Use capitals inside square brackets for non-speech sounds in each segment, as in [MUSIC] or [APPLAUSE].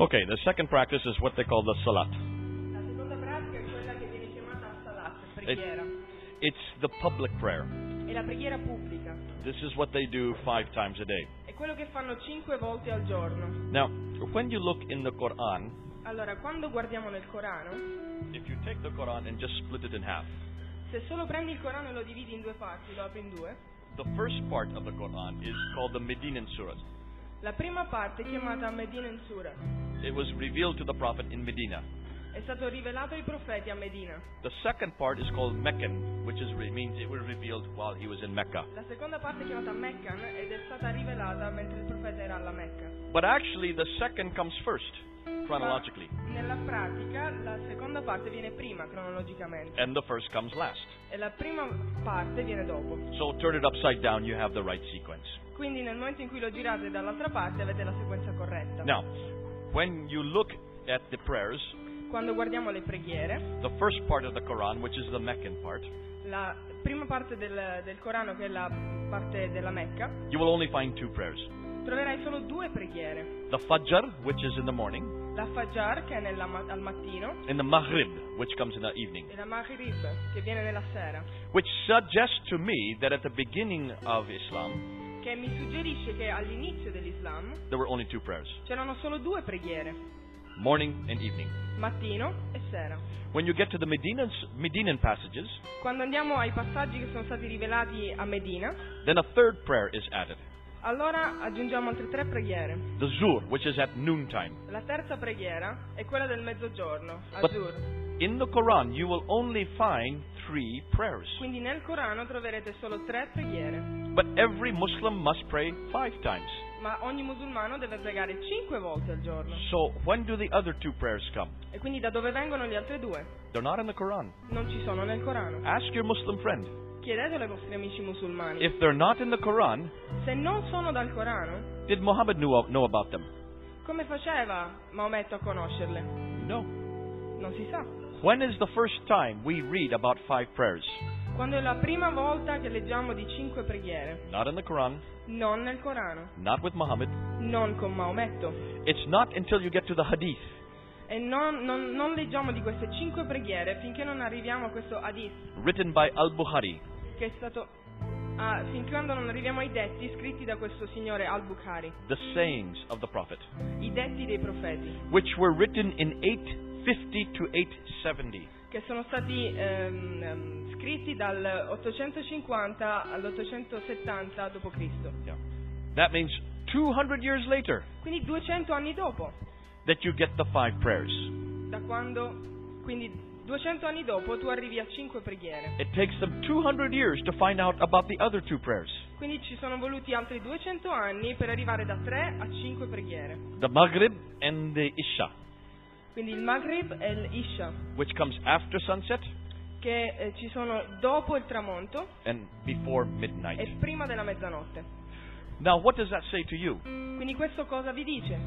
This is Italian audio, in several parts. Okay, the second practice is what they call the salat. La seconda pratica è quella che viene chiamata salat, preghiera. It's the public prayer. È la preghiera pubblica. This is what they do five times a day. È quello che fanno cinque volte al giorno. Now, when you look in the Quran, Allora, quando guardiamo nel Corano, if you take the Quran and just split it in half, se solo prendi il Corano e lo dividi in due parti, lo apri in due, the first part of the Quran is called the Medinan Surah. la prima parte è chiamata Medina in Sura. It was revealed to the Prophet in Medina. È stato rivelato ai profeti a Medina. The second part is called Meccan, which is, re- means it was revealed while he was in Mecca. La seconda parte è chiamata Meccan ed è stata rivelata mentre il profeta era alla Mecca. But actually, the second comes first, chronologically, Ma Nella pratica la seconda parte viene prima cronologicamente and the first comes last. e la prima parte viene dopo. So turn it upside down, you have the right sequence. Quindi nel momento in cui lo girate dall'altra parte avete la sequenza corretta. Now, when you look at the prayers, Quando guardiamo le preghiere, the first part of the Quran, which is the Meccan part, la prima parte del, del Corano che è la parte della Mecca, you will only find two prayers. troverai solo due preghiere. The Fajr, which is in the morning, La Fajar che è nella ma- al mattino and the Maghrib, which comes in the evening, e la Maghrib che viene nella sera, which suggests to me that at the beginning of Islam, che mi suggerisce che all'inizio dell'Islam there were only two prayers, c'erano solo due preghiere, morning and evening. mattino e sera. When you get to the Medinan, Medinan passages, Quando andiamo ai passaggi che sono stati rivelati a Medina, then a third prayer is added. allora aggiungiamo altre tre preghiere. The Zur, which is at noontime. La terza preghiera è quella del mezzogiorno, But Azur. in the Quran, you will only find three prayers. Quindi nel Corano troverete solo tre preghiere, But every Muslim must pray five times. ma ogni musulmano deve pregare cinque volte al giorno. So when do the other two prayers come? E quindi da dove vengono le altre due? They're not in the Quran. Non ci sono nel Corano. Ask your Muslim friend. Chiedetelo ai vostri amici musulmani. If they're not in the Quran, Se non sono dal Corano, did Muhammad knew, know about them? come faceva Maometto a conoscerle? No. Non si sa. When is the first time we read about five prayers? Quando è la prima volta che leggiamo di cinque preghiere, Not in the Quran, non nel Corano, not with Muhammad. non con Maometto. It's not until you get to the Hadith. E non, non- non leggiamo di queste cinque preghiere finché non arriviamo a questo hadith, written by Al Bukhari. che è stato. ah, fin quando non arriviamo ai detti scritti da questo signore Al-Bukhari, The sayings of the Prophet, i detti dei profeti, which were written in 850 to 870. che sono stati ehm, ehm, scritti dal 850 all'870 d.C. Yeah. That means 200 years later Quindi 200 anni dopo, that you get the five prayers. da quando. Quindi 200 anni dopo tu arrivi a cinque preghiere. It takes them 200 years to find out about the other two prayers, Quindi ci sono voluti altri 200 anni per arrivare da 3 a 5 preghiere. the Maghrib and the Isha, Quindi il Maghrib e l'Isha, which comes after sunset che eh, ci sono dopo il tramonto and before midnight. e prima della mezzanotte. Now, what does that say to you? Quindi questo cosa vi dice?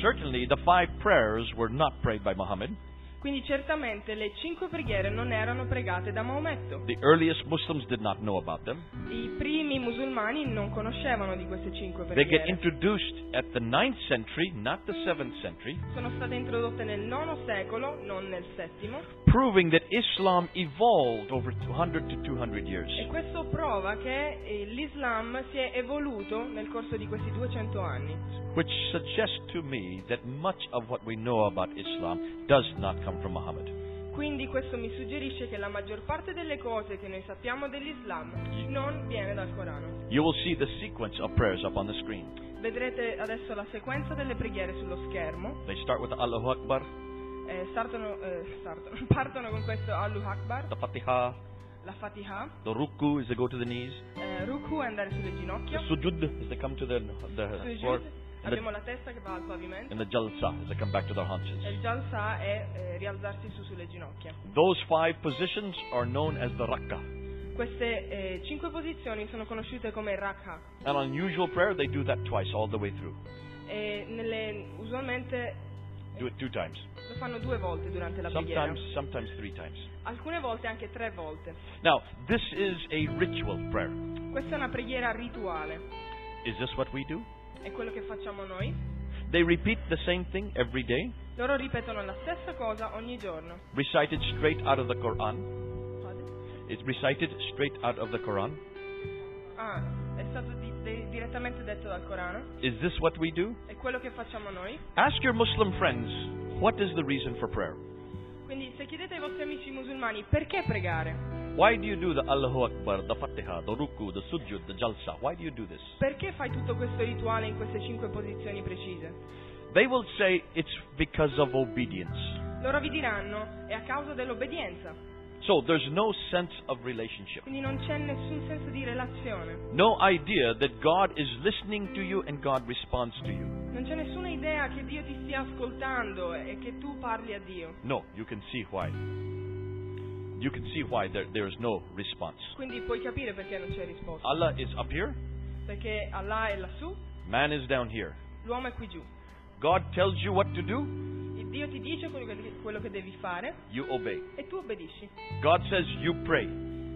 Certainly, the five prayers were not prayed by Muhammad. Quindi certamente le 5 preghiere non erano pregate da Maometto. The earliest Muslims did not know about them. I primi musulmani non conoscevano di queste 5 They get preghiere. introduced at the ninth century, not the 7th century, Sono state introdotte nel IX secolo, non nel VII, proving that Islam evolved over 200 to 200 years. e questo prova che eh, l'Islam si è evoluto nel corso di questi 200 anni. Which suggests to me that much of what we know about Islam does not come from Muhammad. Quindi questo mi suggerisce che la maggior parte delle cose che noi sappiamo dell'Islam non viene dal Corano. You will see the sequence of prayers up on the screen. Vedrete adesso la sequenza delle preghiere sullo schermo. They start with the Allahu Akbar, Eh, startano- eh, startano- [LAUGHS] partono con questo Allahu Akbar, the Fatiha, la Fatiha, the Ruku is they go to the knees, eh, Ruku è andare sulle the ginocchia, Sujud is they come to the, the floor, Sujud and abbiamo the, la testa che va al pavimento and the Jalsa is they come back to their haunches. e il Jalsa è eh, rialzarsi su sulle ginocchia. Those five positions are known as the Rakkah. Queste eh, cinque posizioni sono conosciute come Rakha An unusual prayer, they do that twice, all the way through. e nelle- usualmente Do it two times. lo fanno due volte durante la preghiera. Sometimes, sometimes three times. alcune volte anche tre volte. Now, this is a ritual prayer. Questa è una preghiera rituale, Is this what we do? è quello che facciamo noi. They repeat the same thing every day, Loro ripetono la stessa cosa ogni giorno. recited straight out of the Quran. It's recited straight out of the Quran. Ah, è stato di- de- direttamente detto dal Corano. Is this what we do? È quello che facciamo noi. Ask your Muslim friends, what is the reason for prayer? Quindi se chiedete ai vostri amici musulmani perché pregare, Why do you do the Allahu Akbar, the Fatiha, the Ruku, the Sujud, the Jalsa? Why do you do this? perché fai tutto questo rituale in queste cinque posizioni precise? They will say it's because of obedience. Loro vi diranno è a causa dell'obbedienza. So there's no sense of relationship. Quindi non c'è nessun senso di relazione. No idea that God is listening to you and God responds to you. Non c'è nessuna idea che Dio ti stia ascoltando e che tu parli a Dio. No, you can see why. You can see why there, there is no response. Quindi puoi capire perché non c'è risposta. Allah is up here, Perché Allah è lassù, man is down here. l'uomo è qui giù. God tells you what to do, E Dio ti dice quello che, devi, quello che devi fare you obey. e tu obbedisci. God says you pray,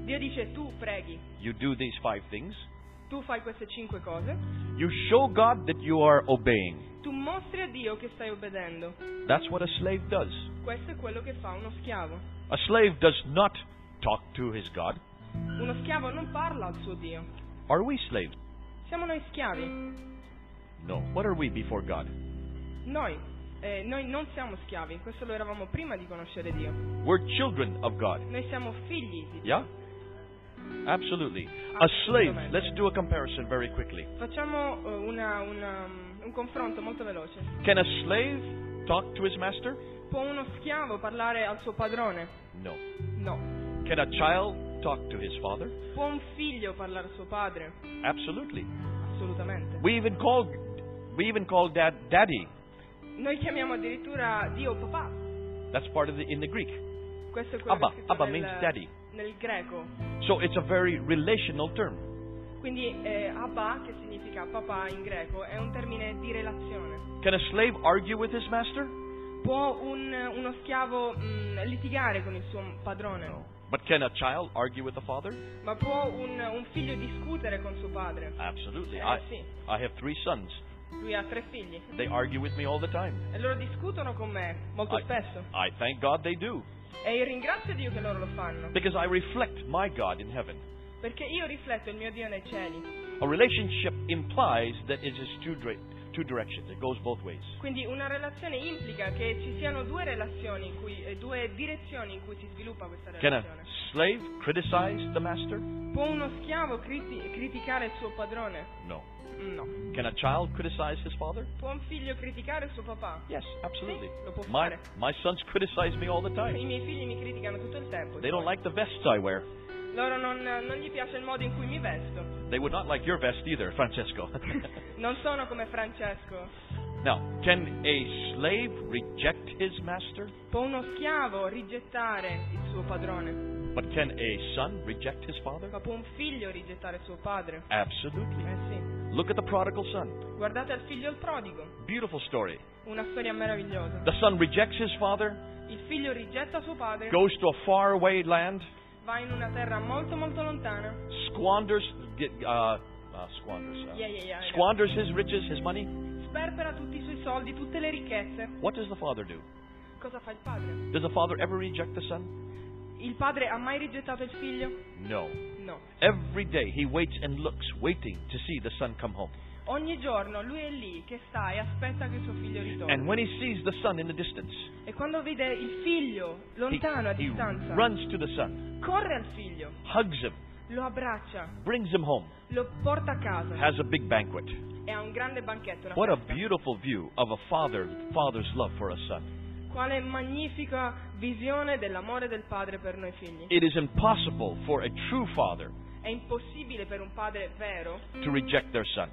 Dio dice tu preghi, you do these five things. tu fai queste cinque cose, You show God that you are obeying. tu mostri a Dio che stai obbedendo. That's what a slave does. Questo è quello che fa uno schiavo. A slave does not talk to his God. Uno schiavo non parla al suo Dio. Are we slaves? Siamo noi schiavi. No. What are we before God? Noi, eh, noi non siamo schiavi, questo lo eravamo prima di conoscere Dio. We're children of God. Noi siamo figli di Dio. Yeah? Absolutely. A slave, let's do a comparison very quickly. Facciamo eh, una- una- un confronto molto veloce. Can a slave talk to his master? Può uno schiavo parlare al suo padrone? No. No. Can a child talk to his father? Può un figlio parlare al suo padre? Absolutely. Assolutamente. We even call we even call dad daddy. Noi chiamiamo addirittura Dio papà. That's part of the in the Greek. Questo è quello Abba. che è scritto Abba nel, means daddy. nel greco. So it's a very relational term. Quindi eh, Abba, che significa papà in greco, è un termine di relazione. Can a slave argue with his master? Può un- uno schiavo mh, litigare con il suo padrone? But can a child argue with the father? Ma può un, un figlio discutere con suo padre? Absolutely. Eh, I, sì. I have three sons. Lui ha tre figli. They argue with me all the time. E loro discutono con me molto I- spesso. I thank God they do E io ringrazio Dio che loro lo fanno. because I reflect my God in heaven. Perché io rifletto il mio Dio nei cieli. A relationship implies that it is two, dra- two directions. It goes both ways. Quindi una relazione implica che ci siano due relazioni in cui, eh, due direzioni in cui si sviluppa questa Can a relazione. slave criticize the master? Può uno schiavo criti- criticare il suo padrone? No. No. Can a child criticize his father? Può un figlio criticare il suo papà? Yes, absolutely. Lo può My, fare. my sons criticize me all the I time. miei figli mi criticano tutto il tempo. diciamo. They don't like the vests I wear. Loro non, non gli piace il modo in cui [LAUGHS] mi vesto. They would not like your vest either, Francesco. [LAUGHS] Non sono come Francesco. now, can a slave reject his master? Può uno schiavo rigettare il suo padrone, But can a son reject his father? ma può un figlio rigettare suo padre. Absolutely. Eh sì. Look at the prodigal son. Guardate al figlio il prodigo, Beautiful story. una storia meravigliosa. The son rejects his father, Il figlio rigetta suo padre, goes to a faraway land, va in una terra molto molto lontana, squanders, get, uh, uh, squanders, uh, Yeah, yeah, yeah, I know. squanders his riches, his money. sperpera tutti i suoi soldi, tutte le ricchezze. What does the father do? Cosa fa il padre? Does the father ever reject the son? Il padre ha mai rigettato il figlio? No. No. Every day he waits and looks, waiting to see the son come home. Ogni giorno lui è lì che sta e aspetta che suo figlio ritorni. And when he sees the son in the distance, E quando vede il figlio he, lontano a he distanza, runs to the son, corre al figlio, hugs him, lo abbraccia, brings him home, lo porta a casa. has a big banquet. e ha un grande banchetto. una What a festa. beautiful view of a father, father's love for a son. Quale magnifica visione dell'amore del padre per noi figli. It is impossible for a true father È impossibile per un padre vero to reject their son.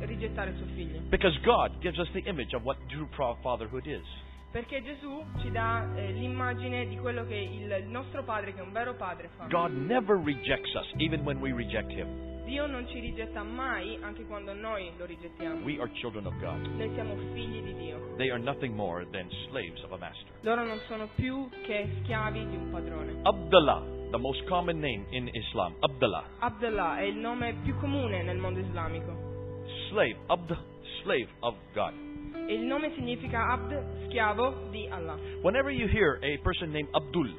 rigettare suo figlio, Because God gives us the image of what true pro- fatherhood is. perché Gesù ci dà eh, l'immagine di quello che il nostro padre, che è un vero padre, fa. God never rejects us, even when we reject Him. Dio non ci rigetta mai, anche quando noi lo rigettiamo. We are children of God. Noi siamo figli di Dio. They are nothing more than slaves of a master. Loro non sono più che schiavi di un padrone. Abdullah, the most common name in Islam, Abdullah, Abdullah è il nome più comune nel mondo islamico. slave, Abd, slave of God. e il nome significa Abd, schiavo di Allah. Whenever you hear a person named Abdul,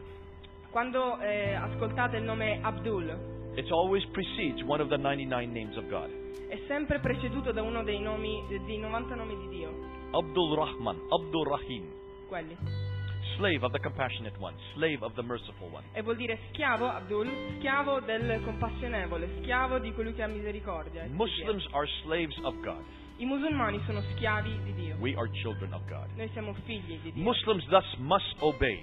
Quando eh, ascoltate il nome Abdul it always precedes one of the 99 names of God. è sempre preceduto da uno dei nomi, dei 90 nomi di Dio, Abdul Rahman, Abdul Rahim, quelli. slave of the compassionate one, slave of the merciful one. E vuol dire schiavo, Abdul, schiavo del compassionevole, schiavo di colui che ha misericordia. e così via. Muslims are slaves of God. I musulmani sono schiavi di Dio. We are children of God. Noi siamo figli di Dio. Muslims thus must obey.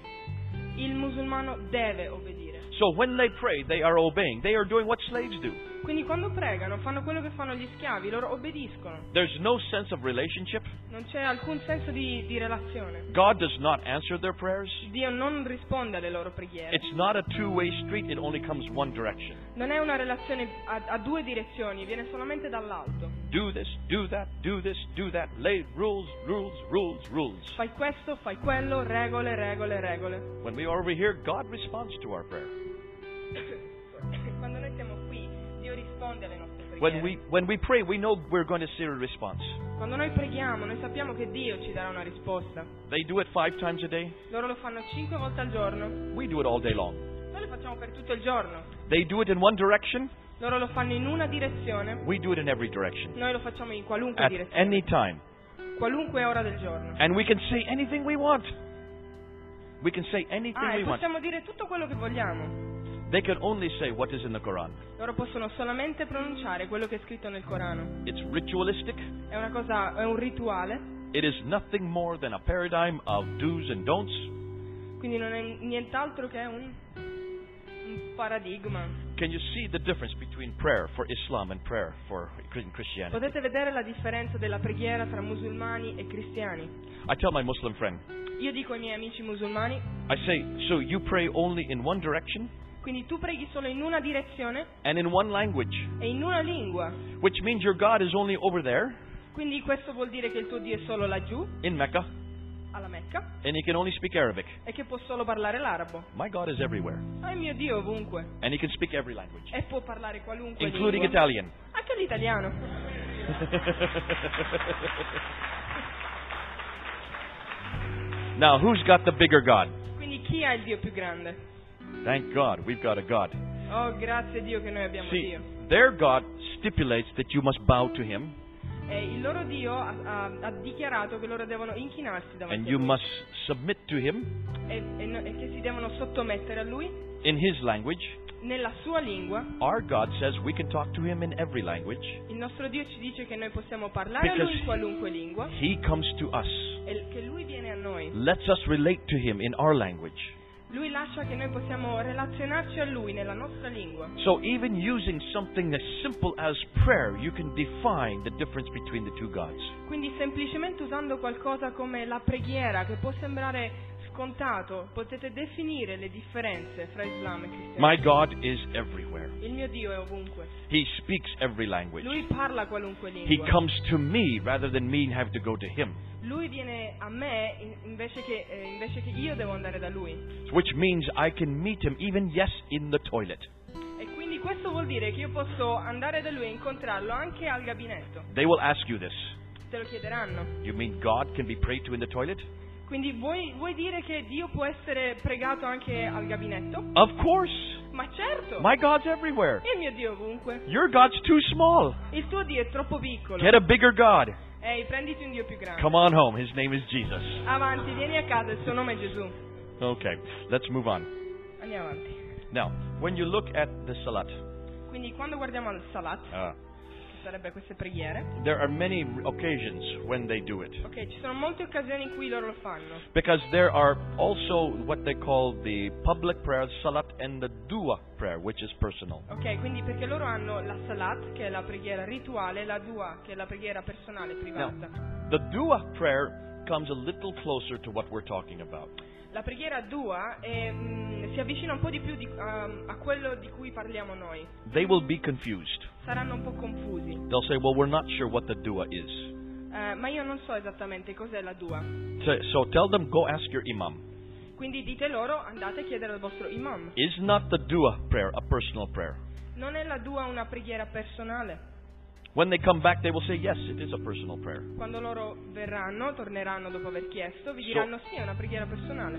Il musulmano deve obbedire. So when they pray, they are obeying. They are doing what slaves do. Quindi quando pregano fanno quello che fanno gli schiavi, loro obbediscono. There's no sense of relationship. Non c'è alcun senso di, di relazione. God does not answer their prayers. Dio non risponde alle loro preghiere. It's not a two-way street. It only comes one direction. Non è una relazione a, a due direzioni, viene solamente dall'alto. Do this, do that, do this, do that. Lay rules, rules, rules, rules. Fai questo, fai quello, regole, regole, regole. [COUGHS] When we are over here, God responds to our prayer. Quando noi siamo qui, Dio risponde alle nostre preghiere. When we when we pray, we know we're going to see a response. Quando noi preghiamo, noi sappiamo che Dio ci darà una risposta. They do it five times a day. Loro lo fanno cinque volte al giorno. We do it all day long. Noi lo facciamo per tutto il giorno. They do it in one direction. Loro lo fanno in una direzione. We do it in every direction. Noi lo facciamo in qualunque At direzione, any time. qualunque ora del giorno. And we can say anything we want. We can say anything Ah, e we want. possiamo dire tutto quello che vogliamo. They can only say what is in the Quran. Loro possono solamente pronunciare quello che è scritto nel Corano. It's ritualistic. È una cosa, è un rituale, It is nothing more than a paradigm of do's and don'ts. quindi non è nient'altro che un, un paradigma. Can you see the difference between prayer for Islam and prayer for Christianity? Potete vedere la differenza della preghiera tra musulmani e cristiani. I tell my Muslim friend, Io dico ai miei amici musulmani, I say, so you pray only in one direction quindi tu preghi solo in una direzione and in one language, e in una lingua. which means your God is only over there Quindi questo vuol dire che il tuo Dio è solo laggiù, in Mecca alla Mecca, and he can only speak Arabic. e che può solo parlare l'arabo. My God is everywhere Ah, il mio Dio è ovunque and he can speak every language, e può parlare qualunque including lingua, Italian. anche [LAUGHS] l'italiano. now, who's got the bigger God? Quindi chi ha il Dio più grande? Thank God we've got a God. Oh, grazie Dio che noi abbiamo See, Dio. their God stipulates that you must bow to him E il loro Dio ha, ha- ha dichiarato che loro devono inchinarsi and davanti a you lui must submit to him e, e no- e che si devono sottomettere a lui in his language. nella sua lingua. Our God says we can talk to him in every language. Il nostro Dio ci dice che noi possiamo parlare a Because- lui in qualunque lingua He comes to us, e l- che lui viene a noi. lets us relate to him in our language. Lui lascia che noi possiamo relazionarci a lui nella nostra lingua. So even using something as simple as prayer, you can define the difference between the two gods. Quindi semplicemente usando qualcosa come la preghiera, che può sembrare scontato, potete definire le differenze fra Islam e cristianesimo. My God is everywhere. Il mio Dio è ovunque. He speaks every language. Lui parla qualunque He lingua. comes to me rather than me have to go to him, Lui viene a me in- invece che, eh, invece che io devo andare da lui. which means I can meet him even yes in the toilet. E quindi questo vuol dire che io posso andare da lui e incontrarlo anche al gabinetto. They will ask you this. Te lo chiederanno. You mean God can be prayed to in the toilet? Quindi vuoi, vuoi dire che Dio può essere pregato anche al gabinetto? Of course. Ma certo! My God's everywhere. Il mio Dio è ovunque. Your God's too small. Il tuo Dio è troppo piccolo. Get a bigger God. Ehi, prenditi un Dio più grande. Come on home. His name is Jesus. Avanti, vieni a casa, il suo nome è Gesù. Okay, let's move on. Andiamo avanti. Now, when you look at the Salat, Quindi quando guardiamo al Salat, uh, che sarebbe queste preghiere, there are many occasions when they do it. ok, ci sono molte occasioni in cui loro lo fanno. Because there are also what they call the public prayer, salat, and the dua prayer, which is personal. Ok, quindi perché loro hanno la salat, che è la preghiera rituale, e la dua, che è la preghiera personale, privata. The dua prayer comes a little closer to what we're talking about. La preghiera dua è, mm, si avvicina un po' di più di- a- a quello di cui parliamo noi. They will be confused. Saranno un po' confusi. They'll say, well, we're not sure what the dua is. Eh, ma io non so esattamente cos'è la dua. So, so tell them, go ask your imam. Quindi dite loro, andate a chiedere al vostro imam. Is not the dua prayer a personal prayer? Non è la dua una preghiera personale? When they come back, they will say, Yes, it is a personal prayer. Quando loro verranno, torneranno dopo aver chiesto, vi diranno sì, è una preghiera personale.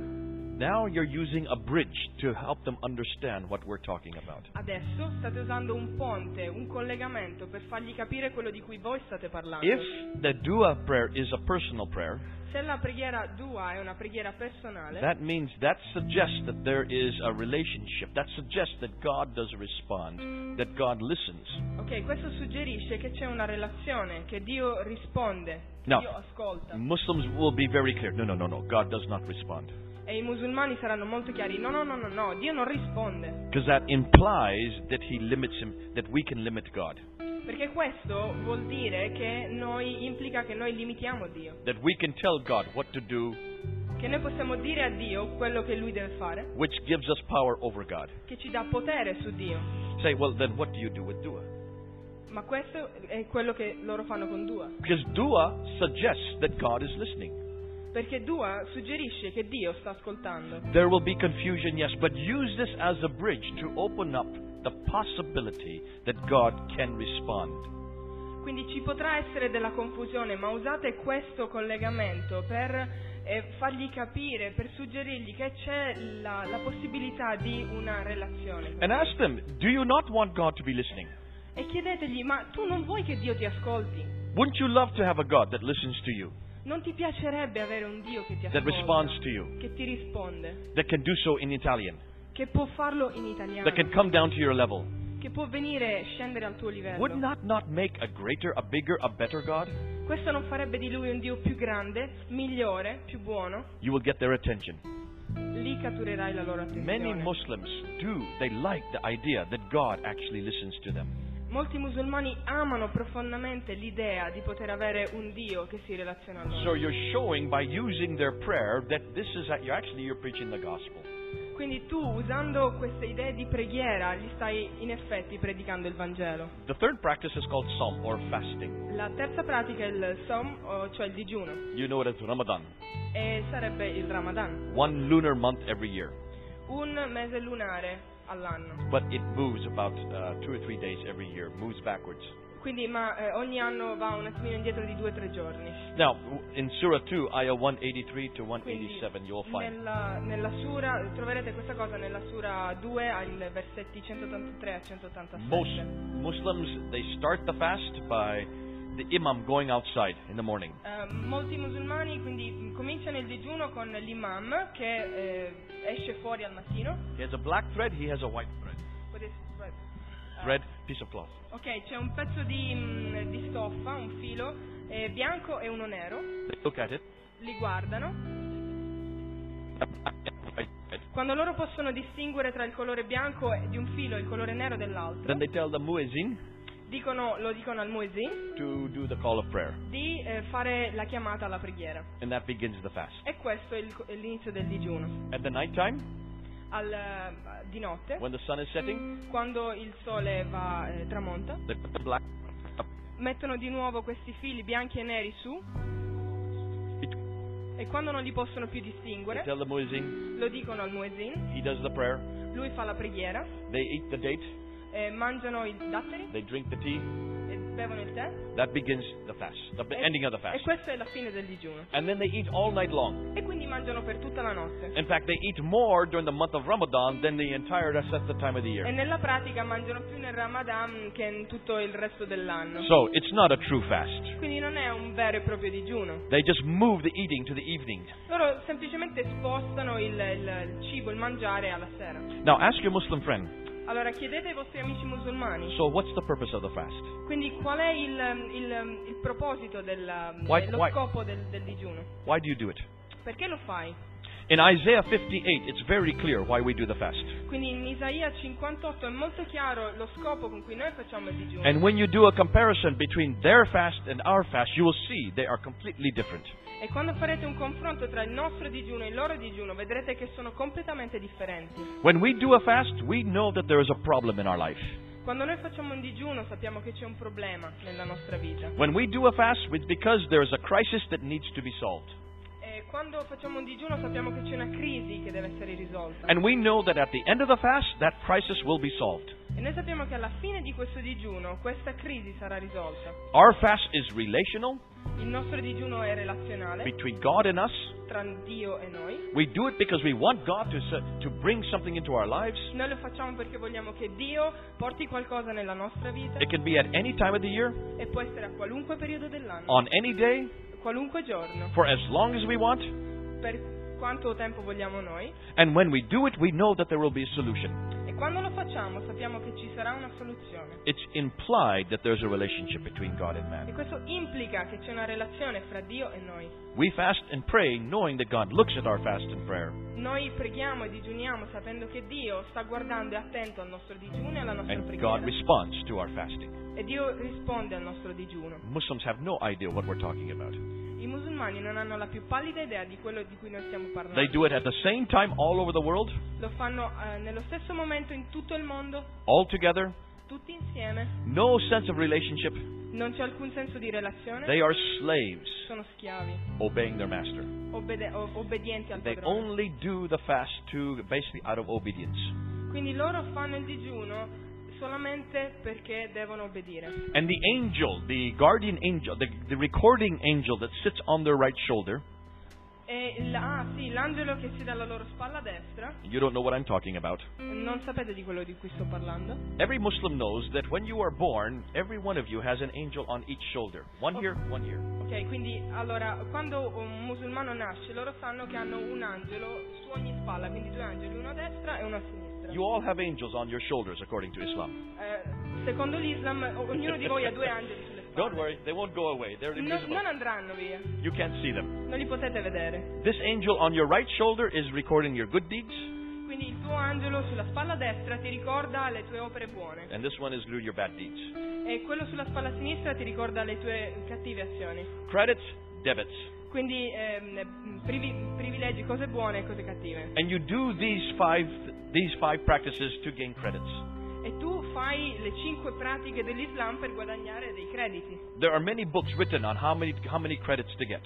Now you're using a bridge to help them understand what we're talking about. Adesso state usando un ponte, un collegamento per fargli capire quello di cui voi state parlando. If the Dua prayer is a personal prayer, Se la preghiera Dua è una preghiera personale, that means that suggests that there is a relationship. That suggests that God does respond, that God listens. ok, questo suggerisce che c'è una relazione, che Dio risponde, che No. Dio ascolta. Muslims will be very clear. No, no, no, no. God does not respond. E i musulmani saranno molto chiari, no, no, no, no, no, Dio non risponde. Because that implies that he limits him, that we can limit God, Perché questo vuol dire che noi, implica che noi limitiamo Dio, that we can tell God what to do, che noi possiamo dire a Dio quello che Lui deve fare, which gives us power over God. che ci dà potere su Dio. Say, well, then what do you do with Dua? Ma questo è quello che loro fanno con Dua, Because Dua suggests that God is listening. perché Dua suggerisce che Dio sta ascoltando. There will be confusion, yes, but use this as a bridge to open up the possibility that God can respond. Quindi ci potrà essere della confusione, ma usate questo collegamento per eh, fargli capire, per suggerirgli che c'è la, la possibilità di una relazione. And ask them, do you not want God to be listening? E chiedetegli, ma tu non vuoi che Dio ti ascolti? Wouldn't you love to have a God that listens to you, Non ti piacerebbe avere un Dio che ti that responds ascolta, to you, che ti risponde, that can do so in Italian, che può farlo in italiano, that can come down to your level? che può venire scendere al tuo livello? Would not not make a greater, a bigger, a better God? Questo non farebbe di lui un Dio più grande, migliore, più buono? You will get their attention. Lì catturerai la loro attenzione. Many Muslims do. They like the idea that God actually listens to them. Molti musulmani amano profondamente l'idea di poter avere un Dio che si relaziona a So loro. you're showing by using their prayer that this is that you're actually you're preaching the gospel. Quindi tu, usando queste idee di preghiera, gli stai in effetti predicando il Vangelo. The third practice is called psalm or fasting. La terza pratica è il som, o cioè il digiuno, You know it as Ramadan, e sarebbe il Ramadan, one lunar month every year, un mese lunare all'anno. but it moves about uh, two or three days every year, moves backwards. Quindi ma eh, ogni anno va un attimino indietro di due o tre giorni. Now, in Surah 2, Ayah 183 to Quindi 187, you'll find nella, nella sura, troverete questa cosa nella sura 2 ai versetti 183 a 187. most Muslims they start the fast by the imam going outside in the morning. Eh, molti musulmani quindi mh, cominciano il digiuno con l'imam che eh, esce fuori al mattino. He has a black thread, he has a white thread, Potete- eh, red piece of cloth. Ok, c'è un pezzo di, mh, di stoffa, un filo eh, bianco e uno nero. They look at it. [LAUGHS] Li guardano. Quando loro possono distinguere tra il colore bianco di un filo e il colore nero dell'altro, Then they tell the muezzin dicono- lo dicono al muezzin to do the call of prayer, di eh, fare la chiamata alla preghiera. and that begins the fast. E questo è il- è l'inizio del digiuno. At the night time, Al, eh, di notte, when the sun is setting, quando il sole va eh, tramonta, they put the black. mettono di nuovo questi fili bianchi e neri su e quando non li possono più They distinguere tell the muezzin lo dicono al muezzin, he does the prayer. lui fa la preghiera, They eat the date. eh, mangiano i datteri They drink the tea. e bevono il tè That begins the fast, the b- e, ending of the e fast. questa è la fine del digiuno And then they eat all night long. e quindi mangiano per tutta la notte In fact, they eat more during the month of Ramadan than the entire rest of the time of the e year. nella pratica mangiano più nel Ramadan che in tutto il resto dell'anno So it's not a true fast. quindi non è un vero e proprio digiuno They just move the eating to the evening. loro semplicemente spostano il- il- il cibo, il mangiare alla sera Now ask your Muslim friend. allora chiedete ai vostri amici musulmani So what's the purpose of the fast? Quindi qual è il, il- il proposito, del, Why- lo why- scopo del, del digiuno? Why do you do it? Perché lo fai? In Isaiah 58, it's very clear why we do the fast. Quindi in Isaia 58 è molto chiaro lo scopo con cui noi facciamo il digiuno. And when you do a comparison between their fast and our fast, you will see they are completely different. E quando farete un confronto tra il nostro digiuno e il loro digiuno vedrete che sono completamente differenti. When we do a fast, we know that there is a problem in our life. Quando noi facciamo un digiuno sappiamo che c'è un problema nella nostra vita. When we do a fast, it's because there is a crisis that needs to be solved. E Eh, quando facciamo un digiuno sappiamo Eh. che c'è una crisi che deve essere risolta. And we know that at the end of the fast, that crisis will be solved. E noi sappiamo che alla fine di questo digiuno questa crisi sarà risolta. Our fast is relational Il nostro digiuno è relazionale between God and us. tra Dio e noi. We do it because we want God to, s- to bring something into our lives. Noi lo facciamo perché vogliamo che Dio porti qualcosa nella nostra vita It can be at any time of the year, e può essere a qualunque periodo dell'anno, on any day, qualunque giorno, for as long as we want. per quanto tempo vogliamo noi. And when we do it, we know that there will be a solution. E quando lo facciamo sappiamo che ci sarà una soluzione. It's implied that there's a relationship between God and E man. questo implica che c'è una relazione fra Dio e noi. We fast and pray knowing that God looks at our fast and prayer Noi preghiamo e digiuniamo sapendo che Dio sta guardando e attento al nostro digiuno e alla nostra and God preghiera. responds to our fasting. E Dio risponde al nostro digiuno. Muslims have no idea what we're talking about. I musulmani non hanno la più pallida idea di quello di cui noi stiamo They parlando. do it at the same time all over the world, Lo fanno eh, nello stesso momento in tutto il mondo, all together, tutti insieme. no sense of relationship. Non c'è alcun senso di relazione. They are slaves Sono schiavi, obeying their master. obbede- o- obbedienti al They padrone. only do the fast to basically out of obedience. Quindi loro fanno il digiuno solamente perché devono obbedire. And the angel, the guardian angel, the, the recording angel that sits on their right shoulder, E il- ah sì, l'angelo che si dà alla loro spalla destra. you don't know what I'm talking about. Non sapete di quello di cui sto parlando? Every Muslim knows that when you are born, every one of you has an angel on each shoulder. One here, one here. Ok, quindi allora quando un musulmano nasce loro sanno che hanno un angelo su ogni spalla, quindi due angeli, uno a destra e uno a sinistra. You all have angels on your shoulders according to Islam. Eh, secondo l'Islam o- ognuno di voi ha due angeli sulle spalle. Don't worry, they won't go away. They're Non, invisible. non andranno via, You can't see them. non li potete vedere. This angel on your right shoulder is recording your good deeds, Quindi il tuo angelo sulla spalla destra ti ricorda le tue opere buone and this one is doing your bad deeds. e quello sulla spalla sinistra ti ricorda le tue cattive azioni. Credits, debits. Quindi ehm, privi- privilegi cose buone e cose cattive. And you do these five these five practices to gain credits. E tu fai le cinque pratiche dell'Islam per guadagnare dei crediti. There are many books written on how many how many credits to get.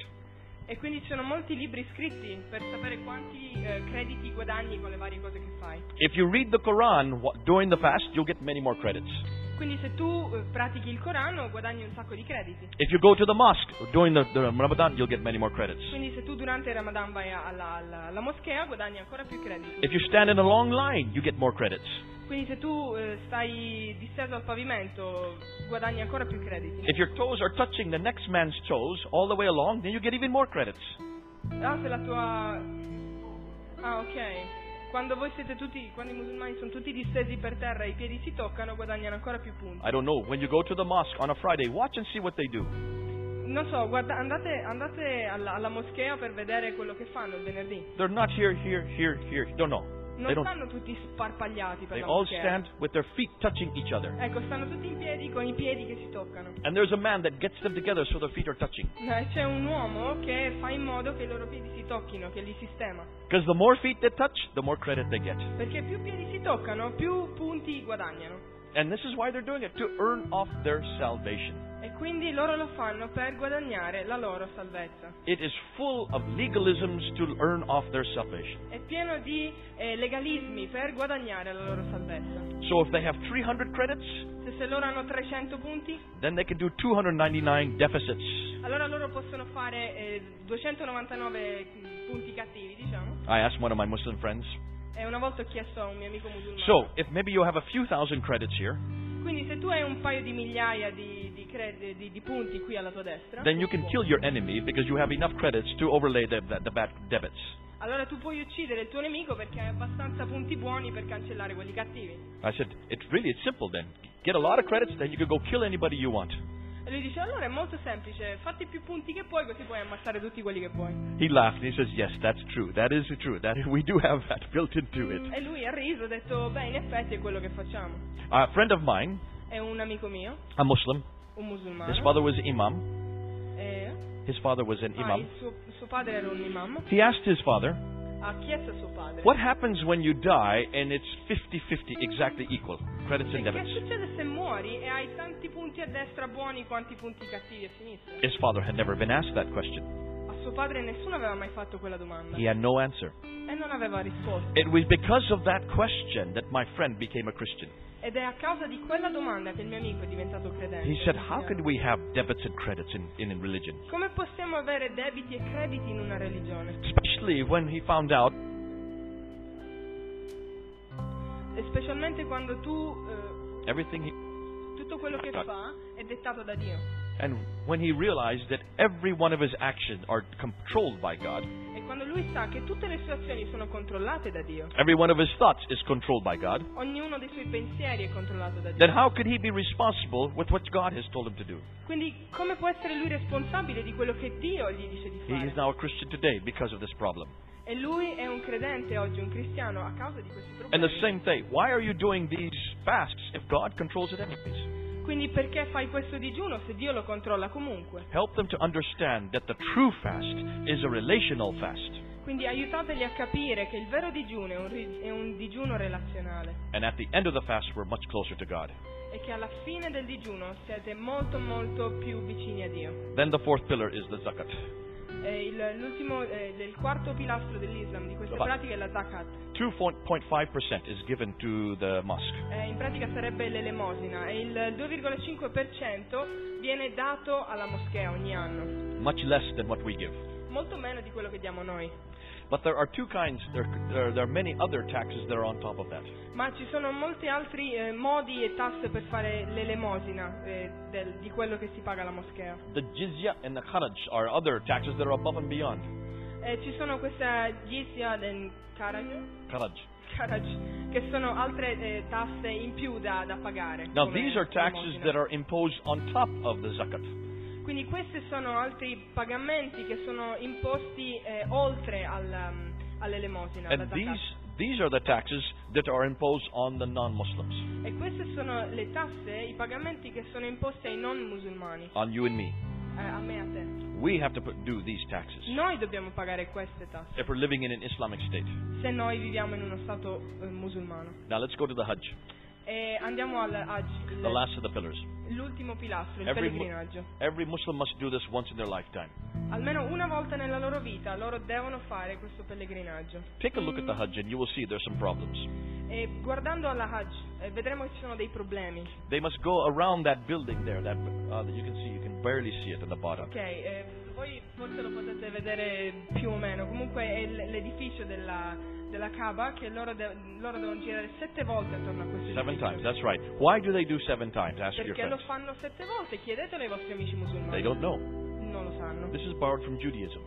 E quindi ci sono molti libri scritti per sapere quanti eh, crediti guadagni con le varie cose che fai. If you read the Quran wh- during the fast, you'll get many more credits. Quindi se tu eh, pratichi il Corano guadagni un sacco di crediti. If you go to the mosque during the, the Ramadan, you'll get many more credits. Quindi se tu durante il Ramadan vai alla, alla- alla moschea guadagni ancora più crediti. If you stand in a long line, you get more credits. Quindi se tu eh, stai disteso al pavimento guadagni ancora più crediti. If your toes are touching the next man's toes all the way along, then you get even more credits. Ah, se la tua... Ah, ok. Quando voi siete tutti, quando i musulmani sono tutti distesi per terra e i piedi si toccano, guadagnano ancora più punti. I don't know. When you go to the mosque on a Friday, watch and see what they do. Non so, guarda- andate, andate alla, alla moschea per vedere quello che fanno il venerdì. They're not here, here, here, here. Don't know. They Non don't. stanno tutti sparpagliati per They la all moschea. stand with their feet touching each other. Ecco, stanno tutti in piedi con i piedi che si toccano. And there's a man that gets them together so their feet are touching. Eh, C'è un uomo che fa in modo che i loro piedi si tocchino, che li sistema. Because the more feet they touch, the more credit they get. Perché più piedi si toccano, più punti guadagnano. And this is why they're doing it to earn off their salvation. E quindi loro lo fanno per guadagnare la loro salvezza. It is full of legalisms to earn off their salvation. è pieno di eh, legalismi per guadagnare la loro salvezza. So if they have 300 credits, Se, se loro hanno 300 punti, then they can do 299 deficits. allora loro possono fare eh, 299 punti cattivi, diciamo. I asked one of my Muslim friends. E una volta ho chiesto a un mio amico musulmano. So if maybe you have a few thousand credits here, Quindi se tu hai un paio di migliaia di, di cred- di- di punti qui alla tua destra, then you can kill your enemy because you have enough credits to overlay the, the, the bad debits. allora tu puoi uccidere il tuo nemico perché hai abbastanza punti buoni per cancellare quelli cattivi. I said, it's really it's simple then. Get a lot of credits, then you can go kill anybody you want. E lui dice allora è molto semplice, fatti più punti che puoi così puoi ammazzare tutti quelli che puoi. He laughed and he says, yes, that's true. That is true. That we do have that built into it. E lui ha riso, ha detto beh in effetti è quello che facciamo. A friend of mine, È un amico mio, a Muslim, un his musulmano. father was imam. e- His father was an ah, imam. il suo, suo padre era un imam. He asked his father, Ha chiesto a suo padre. what happens when you die and it's 50-50, exactly equal, credits Cioè, and che debits? succede se muori e hai tanti punti a destra buoni quanti punti cattivi a sinistra? His father had never been asked that question. A suo padre nessuno aveva mai fatto quella domanda He had no answer. e non aveva risposto. It was because of that question that my friend became a Christian. Ed è a causa di quella domanda che il mio amico è diventato credente. He said, How can we have debits and credits in, in, in religion? Come possiamo avere debiti e crediti in una religione? Especially when he found out E specialmente quando tu eh, everything he tutto quello che fa è dettato da Dio. and when he realized that every one of his actions are controlled by God, E quando lui sa che tutte le sue azioni sono controllate da Dio, every one of his thoughts is controlled by God, ognuno dei suoi pensieri è controllato da then Dio. how could he be responsible with what God has told him to do? Quindi come può essere lui responsabile di quello che Dio gli dice di He is fare? now a Christian today because of this problem. E lui è un credente oggi, un cristiano, a causa di questi And the problemi. same thing, why are you doing these fasts if God controls it anyways? Quindi perché fai questo digiuno se Dio lo controlla comunque? Help them to understand that the true fast is a relational fast. Quindi aiutateli a capire che il vero digiuno è un, ri- è un digiuno relazionale And at the end of the fast, we're much closer to God. e che alla fine del digiuno siete molto molto più vicini a Dio. Then the fourth pillar is the zakat. E il, l'ultimo, eh, del quarto pilastro dell'Islam di queste Zakat. pratiche è la zakat. 2.5% is given to the mosque. Eh, in pratica sarebbe l'elemosina e il 2,5% viene dato alla moschea ogni anno, much less than what we give. molto meno di quello che diamo noi. But there are two kinds, there, there, there are many other taxes that are on top of that. Ma ci sono molti altri eh, modi e tasse per fare l'elemosina eh, del- di quello che si paga alla moschea. The jizya and the kharaj are other taxes that are above and beyond. Eh, ci sono questa jizya del Karaj, Kharaj. Karaj, che sono altre eh, tasse in più da, da pagare. Now, come these are taxes elemosina. that are imposed on top of the zakat. Quindi questi sono altri pagamenti che sono imposti eh, oltre al, um, all'elemosina. alla And zakat. these, these are the taxes that are imposed on the non Muslims, E queste sono le tasse, i pagamenti che sono imposti ai non musulmani, on you and me. eh, a me e a te. We have to put, do these taxes Noi dobbiamo pagare queste tasse if we're living in an Islamic state. se noi viviamo in uno stato eh, musulmano. Now, let's go to the Hajj, E andiamo al Hajj, il- the last of the pillars. l'ultimo pilastro, il Every- pellegrinaggio. Every Muslim must do this once in their lifetime. Almeno una volta nella loro vita loro devono fare questo pellegrinaggio. Take a look at the Hajj and you will see there's some problems. E guardando alla Hajj eh, vedremo che ci sono dei problemi. They must go around that building there. That uh, you can see, you can barely see it at the bottom. Ok, eh, voi forse lo potete vedere più o meno, comunque è l- l'edificio della, della Kaaba che loro, de- loro devono girare sette volte attorno a questo Seven edificio. times. That's right. Why do they do seven times? Ask your Perché lo friends. fanno sette volte? Chiedetelo ai vostri amici They musulmani. don't know. Non lo sanno. This is borrowed from Judaism.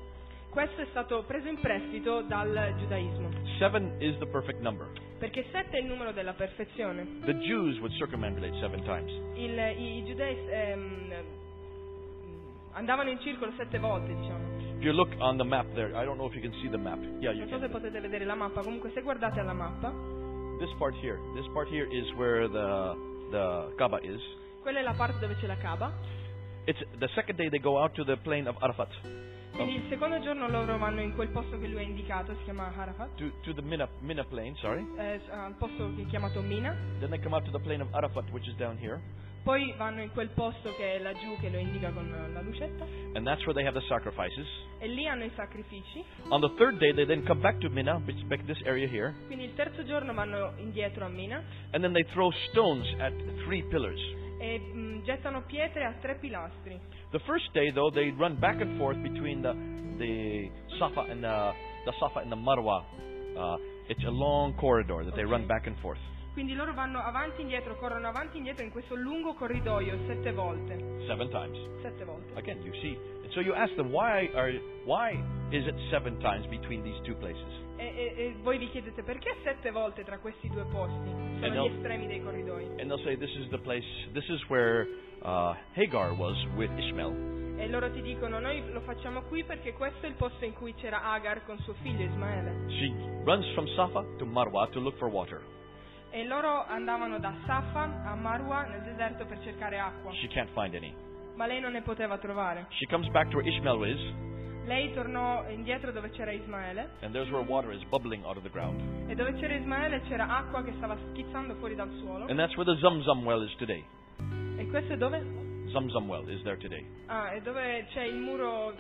Questo è stato preso in prestito dal giudaismo, Seven is the perfect number. perché sette è il numero della perfezione. The Jews would circumambulate seven times. Il- I i giudei ehm, andavano in circolo sette volte, diciamo. If you look on the map there, I don't know if you can see the map. Yeah, you Non so se can. potete vedere la mappa, comunque se guardate alla mappa, This part here. This part here is where the the Kaaba is. quella è la parte dove c'è la Kaaba. It's the second day they go out to the plain of Arafat, Quindi il secondo giorno loro vanno in quel posto che lui ha indicato, si chiama Arafat, to to the Mina Mina plain. Sorry. eh, al posto che è chiamato Mina, Then they come out to the plain of Arafat, which is down here. poi vanno in quel posto che è laggiù che lo indica con eh, la lucetta And that's where they have the sacrifices. e lì hanno i sacrifici, On the third day, they then come back to Mina, which back this area here, quindi il terzo giorno vanno indietro a Mina and then they throw stones at three pillars. e mh, gettano pietre a tre pilastri. The first day, though, they run back and forth between the the Safa and the the Safa and the Marwa. Uh, it's a long corridor that they run Okay. back and forth Quindi loro vanno avanti e indietro, corrono avanti e indietro in questo lungo corridoio sette volte. seven times. Sette volte. Again, you see, and so you ask them why are why is it seven times between these two places? E, e- e voi vi chiedete perché sette volte tra questi due posti? Eh Sono no. gli estremi dei corridoi. And they'll say this is the place, this is where uh, Hagar was with Ishmael. E loro ti dicono, noi lo facciamo qui perché questo è il posto in cui c'era Agar con suo figlio Ismaele. She runs from Safa to Marwa to look for water. E loro andavano da Safa a Marwa nel deserto per cercare acqua, She can't find any. ma lei non ne poteva trovare. She comes back to where Ishmael is, Lei tornò indietro dove c'era Ismaele and there's where water is bubbling out of the ground. e dove c'era Ismaele c'era acqua che stava schizzando fuori dal suolo. And that's where the Zumzum well is today. E questo è dove? Zumzum well is there today. Ah, è dove c'è il muro...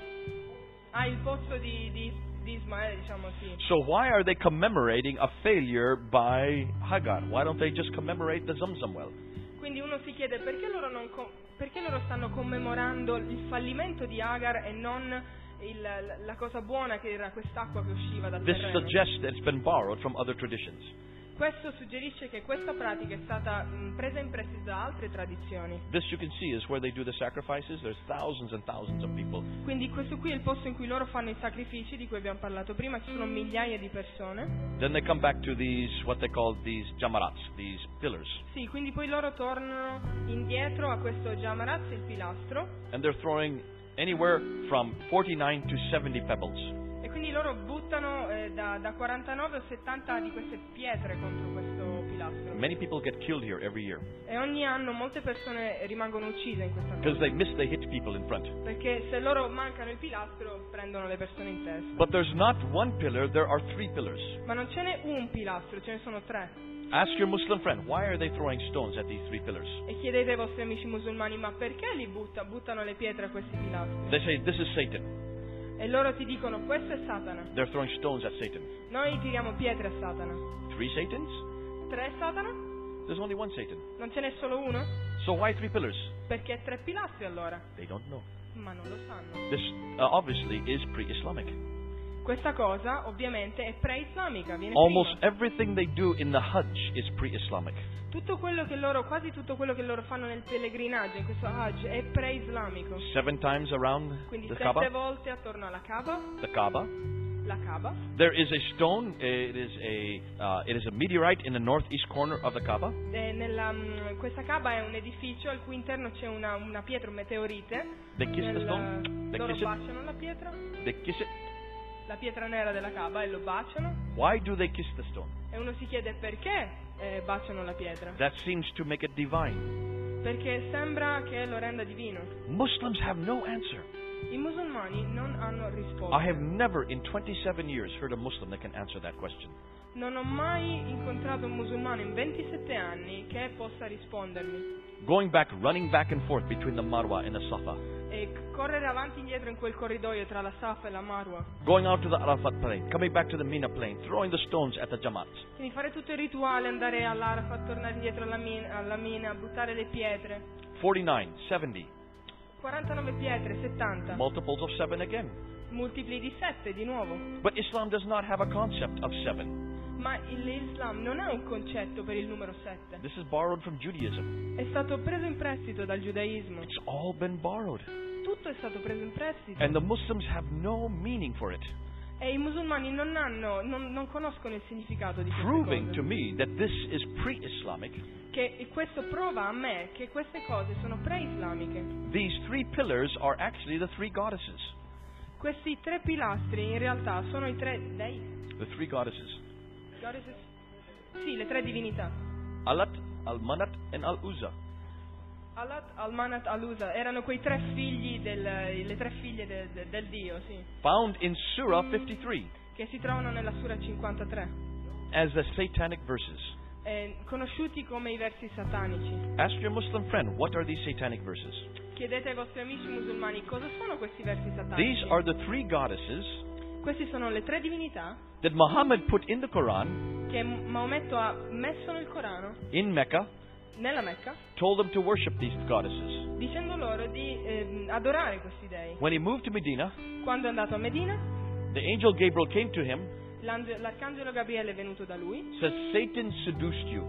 Ah, il pozzo di, di di Ismaele, diciamo sì. So why are they commemorating a failure by Hagar? Why don't they just commemorate the Zamzam well? Quindi uno si chiede perché loro, non co- perché loro stanno commemorando il fallimento di Agar e non il- la- la cosa buona che era quest'acqua che usciva dal This terreno. suggests that it's been borrowed from other traditions. Questo suggerisce che questa pratica è stata mh, presa in prestito da altre tradizioni. This you can see is where they do the sacrifices. There's thousands and thousands of people. Quindi questo qui è il posto in cui loro fanno i sacrifici di cui abbiamo parlato prima, ci sono migliaia di persone. Then they come back to these what they call these jamarats, these pillars, Sì, quindi poi loro tornano indietro a questo Jamaraz, il pilastro, and they're throwing anywhere from 49 to 70 pebbles. e quindi loro buttano eh, da, da 49 o 70 di queste pietre contro questo pilastro. Many people get killed here every year E ogni anno molte persone rimangono uccise in questa because cosa. they miss, they hit people in front. Perché se loro mancano il pilastro prendono le persone in testa. But there's not one pillar, there are three pillars. Ma non ce n'è un pilastro, ce ne sono tre. Ask your Muslim friend, why are they throwing stones at these three pillars? E chiedete ai vostri amici musulmani, ma perché li butta, buttano le pietre a questi pilastri? They say, this is Satan. E loro ti dicono, questo è Satana. They're throwing stones at Satan. Noi tiriamo pietre a Satana. Three Satans? Tre Satana? There's only one Satan. Non ce n'è solo uno? So why three pillars? Perché tre pilastri allora? They don't know. Ma non lo sanno. This uh, obviously is pre-Islamic. Questa cosa ovviamente è pre-islamica, viene Almost prima. everything they do in the Hajj is pre-Islamic. Tutto quello che loro, quasi tutto quello che loro fanno nel pellegrinaggio, in questo Hajj, è pre-islamico. Seven times around Quindi the sette Kaaba, volte attorno alla Kaaba, the Kaaba. la Kaaba. There is a stone. It is a uh, it is a meteorite in the northeast corner of the Kaaba. E nella, mm, questa Kaaba è un edificio al cui interno c'è una, una pietra, un meteorite. They kiss the Nel- stone. They loro kiss it. baciano la pietra, They kiss it. la pietra nera della Kaaba e lo baciano. Why do they kiss the stone? E uno si chiede perché eh, baciano la pietra. That seems to make it divine. Perché sembra che lo renda divino. Muslims have no answer. I musulmani non hanno risposto. I have never in 27 years heard a Muslim that can answer that question. Non ho mai incontrato un musulmano in 27 anni che possa rispondermi. Going back, running back and forth between the Marwa and the Safa. E c- correre avanti e indietro in quel corridoio tra la Safa e la Marwa. going out to the Arafat plain, coming back to the Mina plain, throwing the stones at the Jamaat. Quindi fare tutto il rituale, andare all'Arafat, tornare indietro alla mina, alla mina, buttare le pietre. 49, 70, 49 pietre, 70. multiples of 7 again. Multipli di 7 di nuovo. But Islam does not have a concept of 7. Ma il- l'Islam non ha un concetto per il numero 7. This is borrowed from Judaism. È stato preso in prestito dal giudaismo. It's all been borrowed. Tutto è stato preso in prestito. And the Muslims have no meaning for it. E i musulmani non hanno, non, non conoscono il significato di queste Proving to cose. me that this is pre Islamic, Che e questo prova a me che queste cose sono pre-islamiche. these three pillars are actually the three goddesses. Questi tre pilastri in realtà sono i tre dei. The three goddesses goddesses- Sì, le tre divinità. Alat, Al Manat, and Al Uzza. Alat, Almanat, Alusa erano quei tre figli del, le tre figlie de- de- del dio, sì, Found in Surah 53 che si trovano nella Sura 53, as the satanic verses. eh, conosciuti come i versi satanici. Ask your Muslim friend, what are these satanic verses? Chiedete ai vostri amici musulmani cosa sono questi versi These satanici. are the three goddesses Questi sono le tre divinità that Muhammad put in the Quran che M- Maometto ha messo nel Corano, in Mecca, nella Mecca, told them to worship these goddesses. dicendo loro di ehm, adorare questi dei. When he moved to Medina, Quando è andato a Medina, the angel Gabriel came to him, l'ange- l'arcangelo Gabriele è venuto da lui says, Satan seduced you.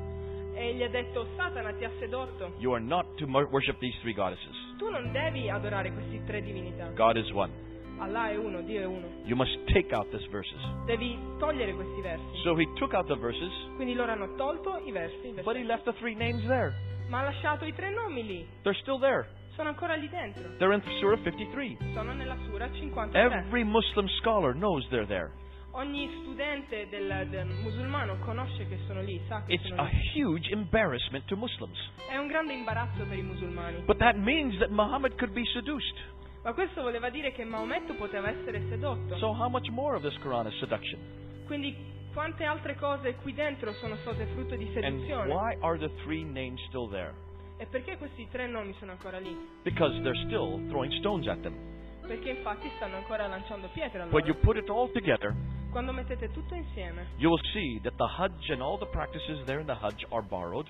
e gli ha detto Satana ti ha sedotto, You are not to mor- worship these three goddesses. tu non devi adorare questi tre divinità. God is one. Allah è uno, Dio è uno. You must take out these verses. Devi togliere questi versi. So he took out the verses, Quindi loro hanno tolto i versi, i versi. but he left the three names there. ma ha lasciato i tre nomi lì. They're still there. Sono ancora lì dentro. They're in Surah 53. Sono nella Sura 53. Every Muslim scholar knows they're there. Ogni studente del, del musulmano conosce che sono lì, sa che It's sono a lì. huge embarrassment to Muslims. È un grande imbarazzo per i musulmani. But that means that Muhammad could be seduced. Ma questo voleva dire che Maometto poteva essere sedotto. So how much more of this Quran is seduction? Quindi quante altre cose qui dentro sono state frutto di And seduzione? why are the three names still there? E perché questi tre nomi sono ancora lì? Because they're still throwing stones at them. perché infatti stanno ancora lanciando pietre a When you loro. put it all together, Quando mettete tutto insieme, you will see that the Hajj and all the practices there in the Hajj are borrowed.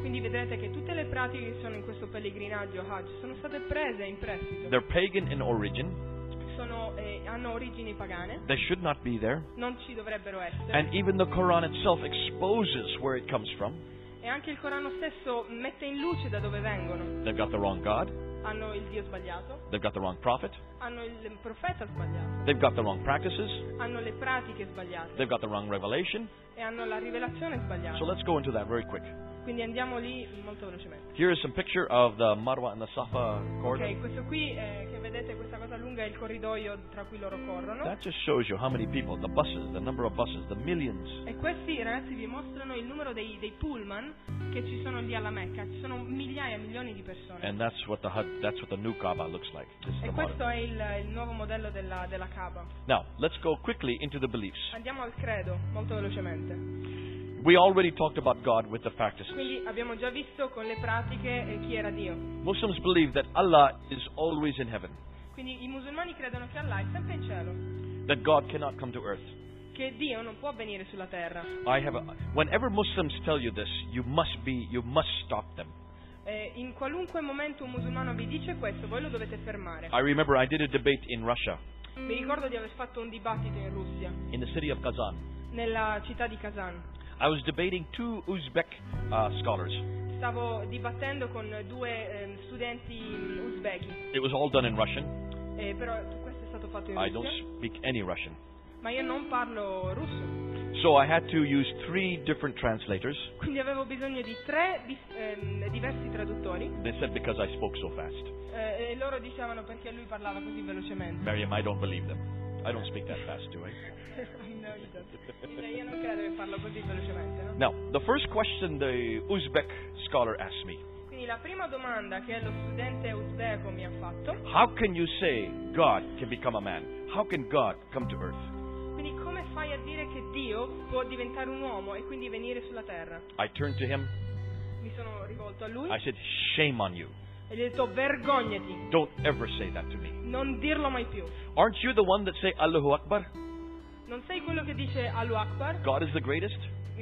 quindi vedrete che tutte le pratiche che sono in questo pellegrinaggio Hajj sono state prese in prestito, They're pagan in origin. sono, eh, hanno origini pagane, They should not be there. non ci dovrebbero essere. And even the Quran itself exposes where it comes from. E anche il Corano stesso mette in luce da dove vengono. They've got the wrong God. Hanno il Dio sbagliato, They've got the wrong prophet. hanno il profeta sbagliato, They've got the wrong practices. hanno le pratiche sbagliate They've got the wrong revelation. e hanno la rivelazione So sbagliata. let's go into that very quick. Quindi andiamo lì molto velocemente. Here is some picture of the Marwa and the Safa corridor. Ok, questo qui eh, che vedete, questa cosa lunga è il corridoio tra cui loro corrono. That just shows you how many people, the buses, the number of buses, the millions. E questi ragazzi vi mostrano il numero dei, dei pullman che ci sono lì alla Mecca, ci sono migliaia, milioni di persone. And that's what the Haj- that's what the new Kaaba looks like. This is the e modern. questo è il, il nuovo modello della, della Kaaba. Now, let's go quickly into the beliefs. Andiamo al credo, molto velocemente. We already talked about God with the practices. Quindi abbiamo già visto con le pratiche eh, chi era Dio. Muslims believe that Allah is always in heaven, Quindi i musulmani credono che Allah è sempre in cielo, that God cannot come to earth. che Dio non può venire sulla terra. I have a, whenever Muslims tell you this, you must be you must stop them. Eh, in qualunque momento un musulmano vi dice questo, voi lo dovete fermare. I remember I did a debate in Russia, Mi ricordo di aver fatto un dibattito in Russia, in the city of Kazan. nella città di Kazan. I was debating two Uzbek uh, scholars. Stavo dibattendo con due ehm, studenti uzbeki, It was all done in Russian. eh, però questo è stato fatto in I don't Russia, speak any Russian. ma io non parlo russo, So I had to use three different translators. quindi avevo bisogno di tre dis- ehm, diversi traduttori They said because I spoke so fast. eh, e loro dicevano perché lui parlava così velocemente. [LAUGHS] Miriam, I don't believe them. I don't speak that fast, do I? No, you don't. Quindi io non credo che parlo così velocemente. no? Now, the first question the Uzbek scholar asked me Quindi la prima domanda che lo studente uzbeko mi ha fatto How can you say God can become a man? How can God come to earth? Quindi come fai a dire che Dio può diventare un uomo e quindi venire sulla terra? I turned to him. Mi sono rivolto a lui I said, Shame on you. e gli ho detto vergognati, Don't ever say that to me. non dirlo mai più. Aren't you the one that say Allahu Akbar? Non sei quello che dice Allahu Akbar, God is the greatest?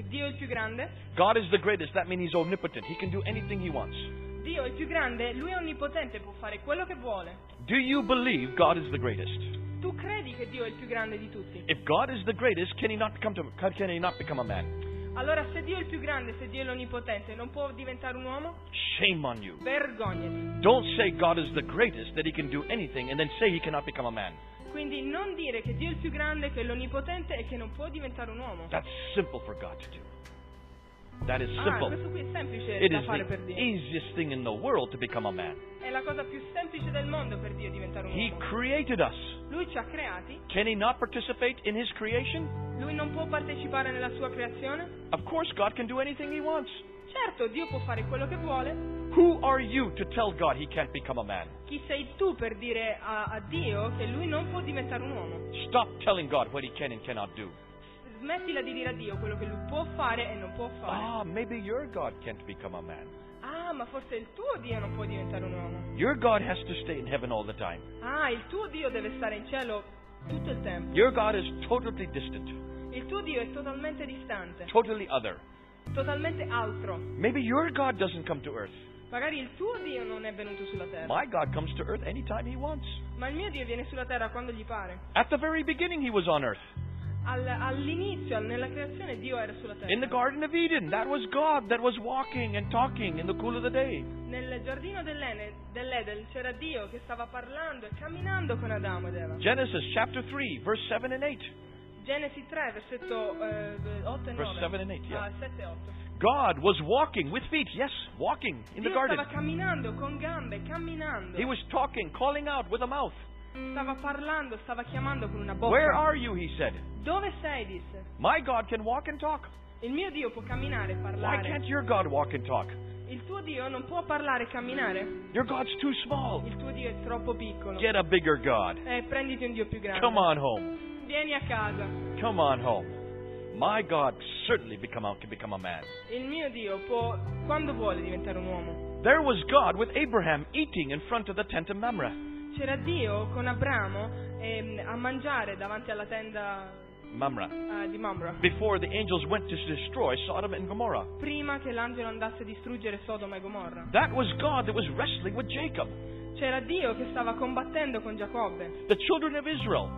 Dio è il più grande? God is the greatest. That means he's omnipotent. He can do anything he wants. Dio è il più grande, lui è onnipotente, può fare quello che vuole. Do you believe God is the greatest? Tu credi che Dio è il più grande di tutti? If God is the greatest, can he not come to can- can he not become a man? Allora se Dio è il più grande, se Dio è l'onnipotente, non può diventare un uomo? Shame on you. Vergognati. Don't say God is the greatest that he can do anything and then say he cannot become a man. Quindi non dire che Dio è il più grande, che è l'onnipotente e che non può diventare un uomo. That's simple for God to do. That is Ah, simple. questo qui è semplice It da is fare per the Dio. easiest thing in the world to become a man. È la cosa più semplice del mondo per Dio diventare un He uomo. created us. Lui ci ha creati, Can he not participate in his creation? lui non può partecipare nella sua creazione. Of course, God can do anything He wants. Certo, Dio può fare quello che vuole. Who are you to tell God He can't become a man? Chi sei tu per dire a, a Dio che lui non può diventare un uomo? Stop telling God what He can and cannot do. Smettila di dire a Dio quello che lui può fare e non può fare. Ah, maybe your God can't become a man. Ah, ma forse il tuo Dio non può diventare un uomo. Your God has to stay in heaven all the time. Ah, il tuo Dio deve stare in cielo tutto il tempo. Your God is totally distant, Il tuo Dio è totalmente distante, totally other. totalmente altro. Maybe your God doesn't come to earth. Magari il tuo Dio non è venuto sulla terra, My God comes to earth anytime He wants. ma il mio Dio viene sulla terra quando gli pare. At the very beginning, He was on earth. Al- all'inizio, nella creazione, Dio era sulla terra. In the Garden of Eden, that was God that was walking and talking in the cool of the day. Nel giardino dell'Ene- dell'Eden c'era Dio che stava parlando e camminando con Adamo ed Eva. Genesis chapter 3, verse 7 and 8. Genesi 3, versetto eh, 8 e Cioè- 9. Verse 7 and 8, yeah. Ah, 7 e 8. God was walking with feet, yes, walking in the Dio garden. stava camminando con gambe, camminando. He was talking, calling out with a mouth. Stava parlando, stava chiamando con una bocca. Where are you? He said. Dove sei? disse. My God can walk and talk. Il mio Dio può camminare e Why parlare. can't your God walk and talk? Il tuo Dio non può parlare e camminare. Your God's too small. Il tuo Dio è troppo piccolo. Get a bigger God. Eh, prenditi un Dio più grande. Come on home. Vieni a casa. Come on home. My God certainly become out, can become a man. Il mio Dio può, quando vuole, diventare un uomo. There was God with Abraham eating in front of the tent of Mamre. c'era Dio con Abramo ehm, a mangiare davanti alla tenda Mamre. eh, di Mamra, Before the angels went to destroy Sodom and Gomorrah. prima che l'angelo andasse a distruggere Sodoma e Gomorra. That was God that was wrestling with Jacob. C'era Dio che stava combattendo con Giacobbe, The children of Israel,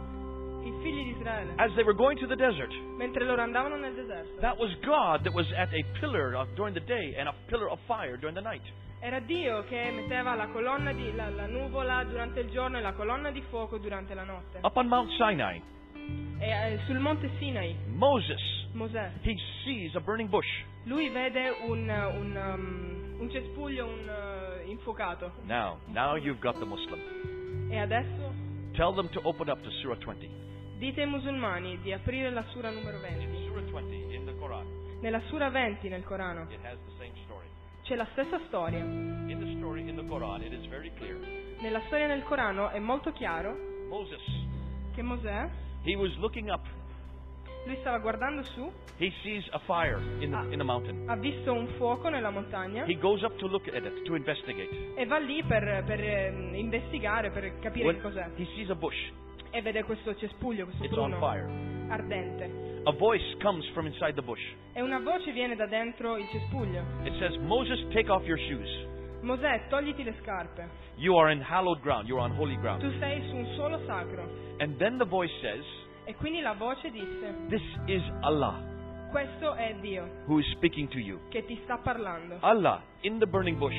i figli di Israele, as they were going to the desert, mentre loro andavano nel deserto. that was God that was at a pillar of, during the day and a pillar of fire during the night. Era Dio che metteva la colonna di la, la nuvola durante il giorno e la colonna di fuoco durante la notte. Up on Mount Sinai, E eh, sul monte Sinai, Moses, Mosè, he sees a burning bush. lui vede un, un, um, un cespuglio un, eh, infuocato. Now, now you've got the Muslim. E adesso Tell them to open up to Surah 20. dite ai musulmani di aprire la sura numero 20. Surah 20 in the Quran, Nella sura 20 nel Corano it has the same story. c'è la stessa storia. In the story in the Quran, it is very clear. Nella storia nel Corano è molto chiaro Moses, che Mosè, he was looking up. lui stava guardando su, He sees a fire in the, in the mountain. ha visto un fuoco nella montagna He goes up to look at it, to investigate. e va lì per, per, ehm, investigare, per capire When che cos'è. he sees a bush, E vede questo cespuglio, questo it's on bruno fire. ardente. A voice comes from inside the bush. E una voce viene da dentro il cespuglio. It says, Moses, take off your shoes. Mosè, togliti le scarpe. You are in hallowed ground. You are on holy ground. Tu sei su un solo sacro. And then the voice says, E quindi la voce disse, This is Allah questo è Dio who is speaking to you. che ti sta parlando. Allah in the burning bush.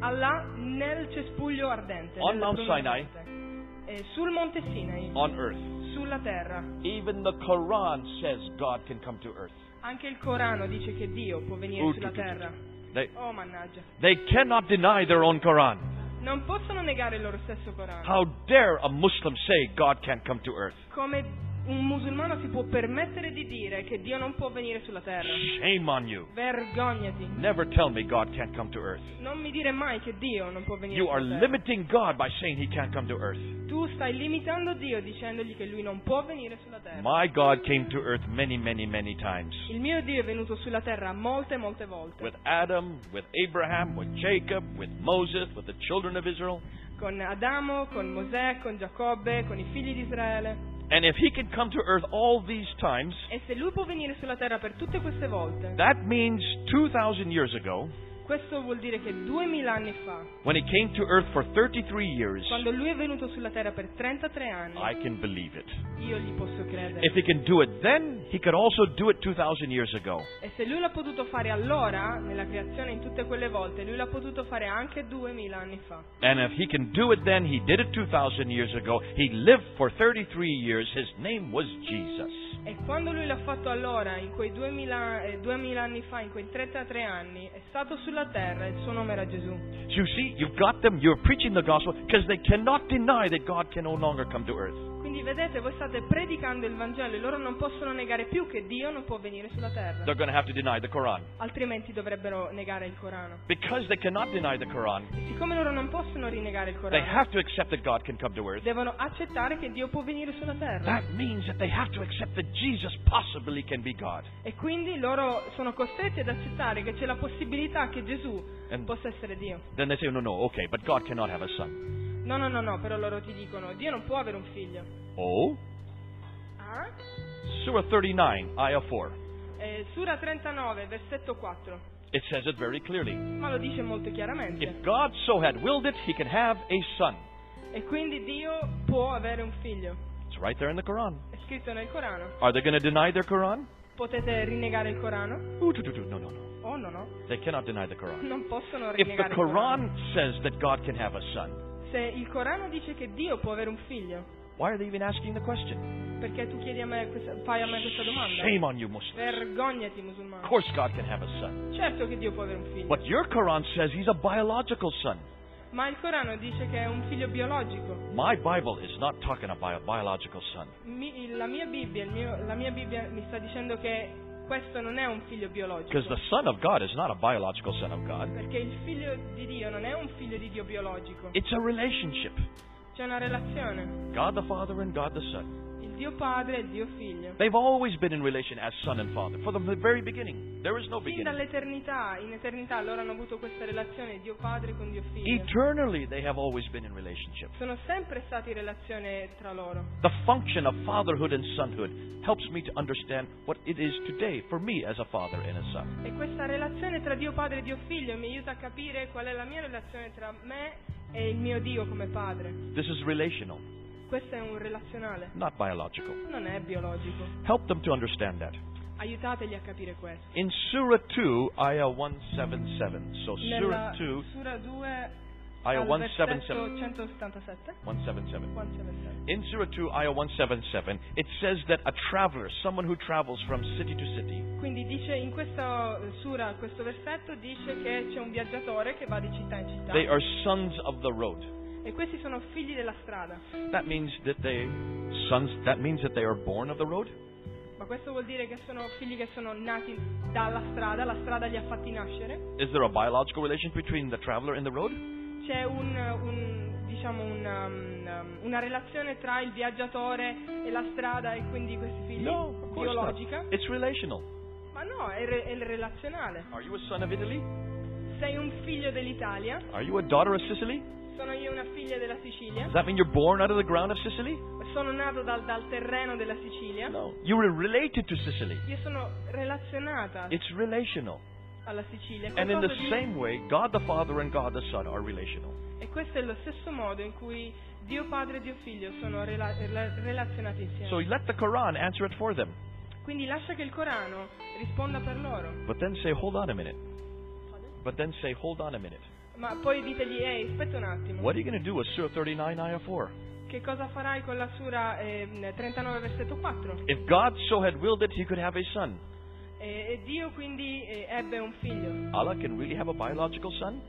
Allah nel cespuglio ardente. On nel Mount bruno Sinai. ardente. Eh, sul monte Sinai, on earth. sulla terra. Even the Quran says God can come to earth. Anche il Corano dice che Dio può venire Ooh, sulla tu, tu, tu, terra. They, Oh mannaggia. they cannot deny their own Quran. Non possono negare il loro stesso Corano. How dare a Muslim say God can't come to earth? Come un musulmano si può permettere di dire che Dio non può venire sulla terra. Shame on you. Vergognati. Never tell me God can't come to earth. Non mi dire mai che Dio non può venire You are sulla terra. limiting God by saying he can't come to earth. Tu stai limitando Dio dicendogli che lui non può venire sulla terra. My God came to earth many, many, many times. Il mio Dio è venuto sulla terra molte, molte volte. With Adam, with Abraham, with Jacob, with Moses, with the children of Israel. Con Adamo, con Mosè, con Giacobbe, con i figli di Israele. And if he can come to earth all these times, E se lui può venire sulla terra per tutte queste volte, that means 2,000 years ago, questo vuol dire che duemila anni fa, when he came to earth for 33 years, Quando lui è venuto sulla terra per 33 anni, I can believe it. io gli posso If credere. he can do it then, he could also do it 2,000 years ago. E se lui l'ha potuto fare allora, nella creazione, in tutte quelle volte, lui l'ha potuto fare anche 2000 anni fa. And if he can do it then, he did it 2,000 years ago. He lived for 33 years. His name was Jesus. E quando lui l'ha fatto allora, in quei 2000, eh, 2000 anni fa, in quei 33 anni, è stato sulla terra e il suo nome era Gesù. So you see, you've got them, you're preaching the gospel, because they cannot deny that God can no longer come to earth. Quindi vedete, voi state predicando il Vangelo e loro non possono negare più che Dio non può venire sulla terra. They're going to have to deny the Quran. Altrimenti dovrebbero negare il Corano. Because they cannot deny the Quran, E siccome loro non possono rinnegare il they Corano, have to accept that God can come to earth. devono accettare che Dio può venire sulla terra. That means that they have to accept that Jesus possibly can be God. E quindi loro sono costretti ad accettare che c'è la possibilità che Gesù And- possa essere Dio. Then they say, no, no, okay, but God cannot have a son. No, no, no, no, però loro ti dicono, Dio non può avere un figlio. Oh? Ah? Surah 39, Ayah 4. Eh, Sura 39, versetto 4, It says it very clearly. ma lo dice molto chiaramente. If God so had willed it, he can have a son. E quindi Dio può avere un figlio. It's right there in the Quran. È scritto nel Corano. Are they going to deny their Quran? Potete rinnegare il Corano? Ooh, do, do, do. No, no, no. Oh no, no, They cannot deny the Quran. non possono If the rinnegare il Corano. Quran says that God can have a son, Se il Corano dice che Dio può avere un figlio, why are they even asking the question? perché tu chiedi a me questa, fai a me questa domanda? Shame on you, Muslims. Vergognati Of musulmano. course, God can have a son. Certo che Dio può avere un figlio. But your Quran says he's a biological son. Ma il Corano dice che è un figlio biologico. My Bible is not talking about a biological son. Mi- il- la, mia Bibbia, il mio- la mia Bibbia mi sta dicendo che questo non è un figlio biologico. Because the Son of God is not a biological son of God, Perché il figlio di Dio non è un figlio di Dio biologico. it's a relationship. C'è una relazione God the Father and God the Son. il Dio Padre e il Dio Figlio. They've always been in relation as son and father from the very beginning. There is no Fin beginning. dall'eternità, in eternità loro hanno avuto questa relazione Dio Padre con Dio Figlio. Eternally, they have always been in relationship. Sono sempre stati in relazione tra loro. The function of fatherhood and sonhood helps me to understand what it is today for me as a father and a son. E questa relazione tra Dio Padre e Dio Figlio mi aiuta a capire qual è la mia relazione tra me e il mio Dio come Padre. This is relational, Questo è un relazionale, not biological. non è biologico. Help them to understand that. Aiutateli a capire questo. In Surah 2, Ayah 177. So, Surah Nella 2, Sura 2 Ayah al 177. versetto 177. 177. 177. In Surah 2, Ayah 177, it says that a traveler, someone who travels from city to city, Quindi dice in questa sura, questo versetto dice che c'è un viaggiatore che va di città in città they are sons of the road. e questi sono figli della strada. That means that they sons that means that they are born of the road? Ma questo vuol dire che sono figli che sono nati dalla strada, la strada li ha fatti nascere. Is there a biological relation between the traveler and the road? C'è un, un- diciamo un, um, um, una relazione tra il viaggiatore e la strada e quindi questi figli No, of course not. biologica. It's relational. Ma no, è, re- è il relazionale. Are you a son of Italy? Sei un figlio dell'Italia, Are you a daughter of Sicily? sono io una figlia della Sicilia, Does that mean you're born out of the ground of Sicily? sono nato dal, dal terreno della Sicilia. No. You were related to Sicily. Io sono relazionata It's relational. alla Sicilia And in the qualcosa di- same way, God the Father and God the Son are relational. e questo è lo stesso modo in cui Dio Padre e Dio Figlio sono rela- rela- relazionati insieme. So let the Quran answer it for them. Quindi lascia che il Corano risponda per loro. But then say, hold on a minute. But then say, hold on a minute. Ma poi ditegli, ehi, aspetta un attimo, What are you going to do with Surah 39, Ayah 4? che cosa farai con la Sura ehm, 39 versetto 4? If God so had willed it, he could have a son. E, e Dio quindi eh, ebbe un figlio. Allah can really have a biological son?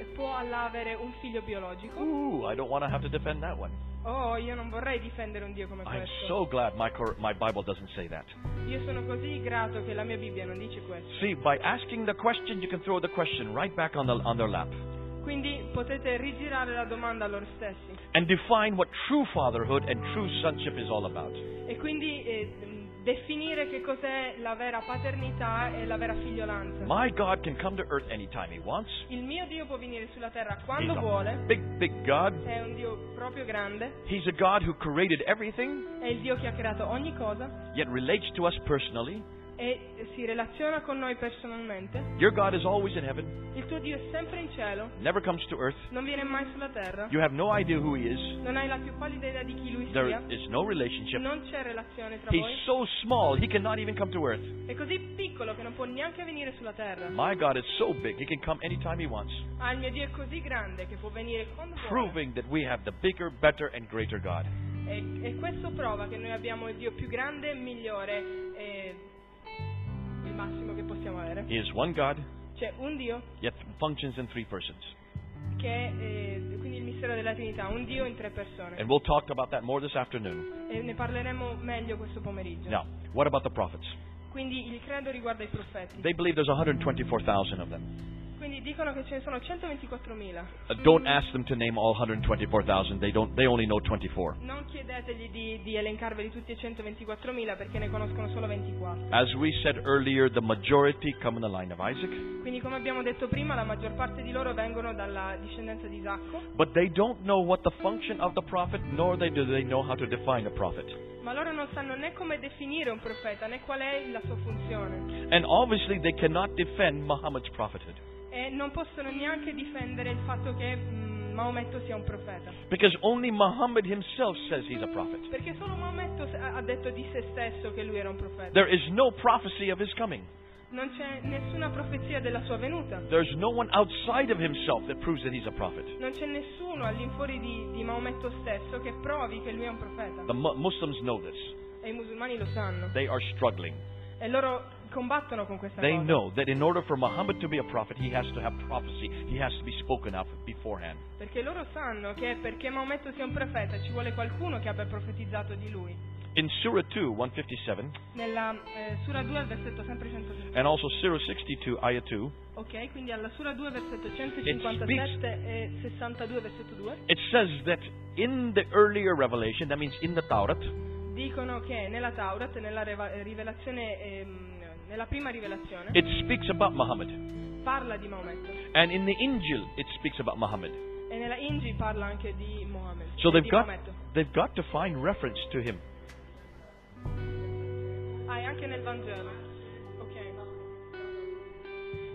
E può Allah avere un figlio biologico? Ooh, I don't want to have to defend that one. Oh, io non vorrei difendere un Dio come I'm questo. so glad my, Cor- my Bible doesn't say that. Io sono così grato che la mia Bibbia non dice questo. See, by asking the question, you can throw the question right back on, the, on their lap Quindi potete rigirare la domanda a loro stessi and define what true fatherhood and true sonship is all about. e quindi eh, mh, definire che cos'è la vera paternità e la vera figliolanza. My God can come to earth anytime he wants. Il mio Dio può venire sulla terra He's quando a vuole, big, big God. è un Dio proprio grande, He's a God who created everything, è il Dio che ha creato ogni cosa yet relates to us personally. e si relaziona con noi personalmente. Your God is always in heaven, Il tuo Dio è sempre in cielo, never comes to earth. non viene mai sulla terra, You have no idea who he is. non hai la più pallida idea di chi lui There sia, is no relationship. non c'è relazione tra He's voi, so small, he cannot even come to earth. è così piccolo che non può neanche venire sulla terra. My God is so big, he can come anytime he wants, Ah, il mio Dio è così grande che può venire quando vuole. proving that we have the bigger, better, and greater God. E, e questo prova che noi abbiamo il Dio più grande, migliore e il massimo che possiamo avere. He is one God, C'è un Dio yet functions in three persons. che è eh, quindi il mistero della Trinità, un Dio in tre persone. And we'll talk about that more this afternoon. E ne parleremo meglio questo pomeriggio. Now, what about the prophets? Quindi il credo riguarda i profeti. They believe there's 124,000 of them. Quindi dicono che ce ne sono 124.000. Uh, Don't ask them to name all 124,000. They don't. They only know 24. Non chiedetegli di, di elencarveli tutti e 124.000 perché ne conoscono solo 24. As we said earlier, the majority come in the line of Isaac, Quindi come abbiamo detto prima, la maggior parte di loro vengono dalla discendenza di Isacco. but they don't know what the function of the prophet, nor they do they know how to define a prophet. Ma loro non sanno né come definire un profeta né qual è la sua funzione And obviously, they cannot defend Muhammad's prophethood e non possono neanche difendere il fatto che mm, Maometto sia un profeta. because only Muhammad himself says he's a prophet. Perché solo Maometto s- ha ha detto di se stesso che lui era un profeta. There is no prophecy of his coming. Non c'è nessuna profezia della sua venuta. There's no one outside of himself that proves that he's a prophet. Non c'è nessuno all'infuori di, di Maometto stesso che provi che lui è un profeta. The Mu- Muslims know this. E i musulmani lo sanno. They are struggling. E loro combattono con questa They cosa. know that in order for Muhammad to be a prophet, he has to have prophecy. He has to be spoken of beforehand. Perché loro sanno che perché Maometto sia un profeta ci vuole qualcuno che abbia profetizzato di lui. In Surah 2, 157, Nella eh, Sura 2 al versetto sempre 160. and also Surah 62, Ayah 2, Ok, quindi alla Sura 2, versetto It 157 e 62, versetto 2, it says that in the earlier revelation, that means in the Taurat, dicono che nella Taurat, nella reva- eh, rivelazione, ehm, nella prima rivelazione, it speaks about Muhammad. parla di Maometto And in the Injil, it speaks about Muhammad. e nella Inji parla anche di Mohammed. So eh, they've di got, Maometto. they've got to find reference to him. Ah, e anche nel Vangelo. Ok.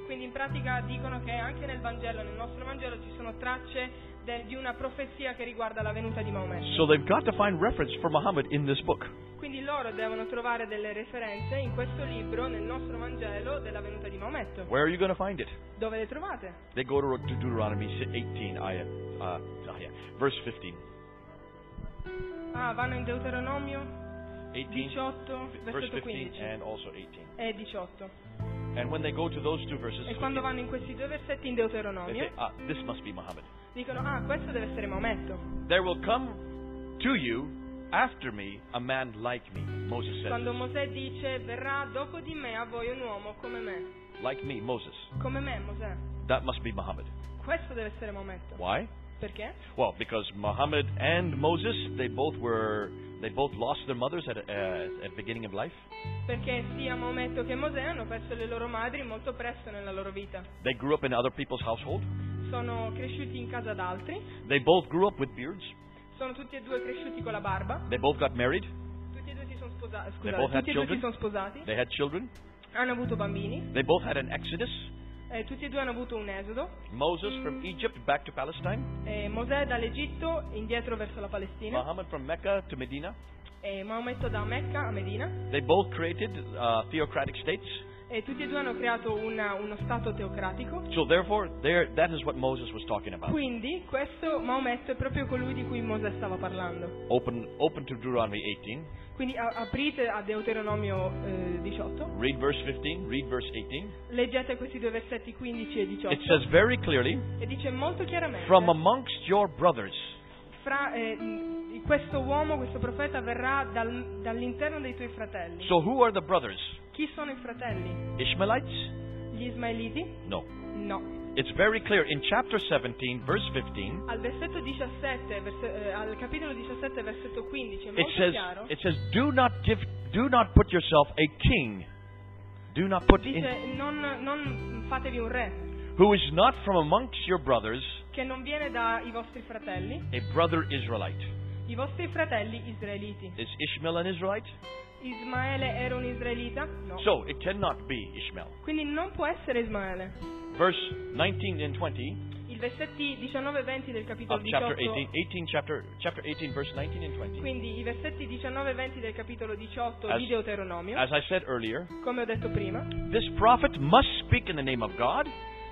Quindi in pratica dicono che anche nel Vangelo, nel nostro Vangelo, ci sono tracce del- di una profezia che riguarda la venuta di Maometto. So they've got to find reference for Muhammad in this book. Quindi loro devono trovare delle referenze in questo libro, nel nostro Vangelo, della venuta di Maometto. Where are you going to find it? Dove le trovate? They go to to Deuteronomy 18, ayah, uh, ayah, verse 15. Ah, vanno in Deuteronomio 18, 18, verse versetto 15 15 and also 18. e 18. And when they go to those two verses, E 15, quando vanno in questi due versetti in they say, Deuteronomio, ah, this must be Muhammad. dicono, ah, questo deve essere Maometto. There will come to you after me a man like me, Moses said. Quando Mosè dice, verrà dopo di me a voi un uomo come me. Like me, Moses. Come me, Mosè. That must be Muhammad. Questo deve essere Maometto. Why? Perché? Well, because Muhammad and Moses, they both were, they both lost their mothers at uh, at beginning of life. Perché sia Maometto che Mosè hanno perso le loro madri molto presto nella loro vita. They grew up in other people's household. Sono cresciuti in casa da altri. They both grew up with beards. Sono tutti e due cresciuti con la barba, They both got married. tutti e due si sono sposati, They both scusate, had tutti e due si children? sono sposati, They had children. hanno avuto bambini, They both had an exodus. eh, tutti e due hanno avuto un esodo, Moses from Egypt back to Palestine. eh, Mosè dall'Egitto indietro verso la Palestina Muhammad from Mecca to Medina. e Maometto da Mecca a Medina They both created uh, theocratic states. e tutti e due hanno creato una- uno stato teocratico. So therefore, there that is what Moses was talking about. Quindi questo Maometto è proprio colui di cui Mosè stava parlando. Open open to Deuteronomy 18. Quindi a- aprite a Deuteronomio eh, 18, Read verse 15. Read verse 18. leggete questi due versetti 15 e It 18 says very clearly. e dice molto chiaramente from amongst your brothers. fra, eh, mh, questo uomo, questo profeta verrà dal- dall'interno dei tuoi fratelli. So who are the brothers? Chi sono i fratelli? Ishmaelites? Gli Ismaeliti? No. No. It's very clear in chapter 17, verse 15. Al versetto 17, verse- eh, al capitolo 17, versetto 15, è It molto says chiaro. it says do not give do not put yourself a king. Do not put in Dice non, non fatevi un re, who is not from amongst your brothers, che non viene dai vostri fratelli, a brother Israelite. i vostri fratelli israeliti. Is Ishmael an Israelite? Ismaele era un israelita? No. So it cannot be Ishmael. Quindi non può essere Ismaele. Verse 19 and 20 I versetti 19 e 20 del capitolo of chapter 18 18, 18 chapter chapter 18 verse 19 and 20. Quindi i versetti 19 e 20 del capitolo 18 As- di Deuteronomio, As I said earlier, come ho detto prima, This prophet must speak in the name of God,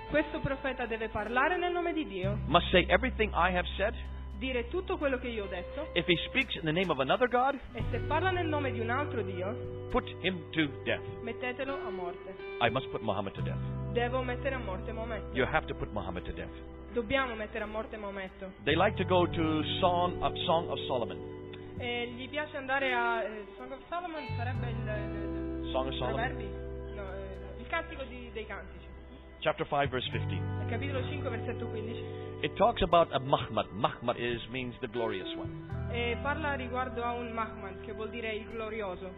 questo profeta deve parlare nel nome di Dio, must say everything I have said. dire tutto quello che io ho detto, If he speaks in the name of another God, e se parla nel nome di un altro Dio, put him to death. mettetelo a morte. I must put Muhammad to death. Devo mettere a morte Maometto. You have to put Muhammad to death. Dobbiamo mettere a morte Maometto. They like to go to Song of, Song of Solomon. E gli piace andare a eh, Song of Solomon, sarebbe il, Song of il Solomon, Proverbi? No, eh, il cantico di- dei cantici. chapter 5, verse 15. Al capitolo 5, versetto 15. It talks about a Muhammad. Muhammad is means the glorious one. E parla riguardo a un Mahman, che vuol dire il glorioso.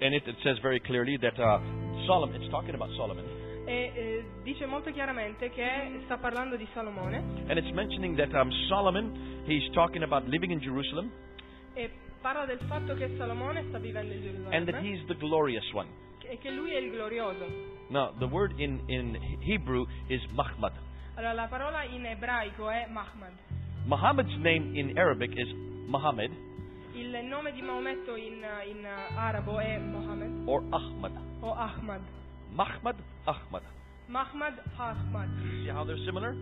And it, it says very clearly that uh, Solomon, it's talking about Solomon, e eh, dice molto chiaramente che sta parlando di Salomone and it's mentioning that um, Solomon, he's talking about living in Jerusalem, e parla del fatto che Salomone sta vivendo in Gerusalemme and that he's the glorious one. e che lui è il glorioso. Now, the word in, in Hebrew is Muhammad. Allora la parola in ebraico è Mahmad. Muhammad's name in Arabic is Muhammad Il nome di Maometto in, in arabo è Mohammed or Ahmad. o Ahmad. Muhammad, Ahmad. Mahmad, Ahmad. See how they're similar?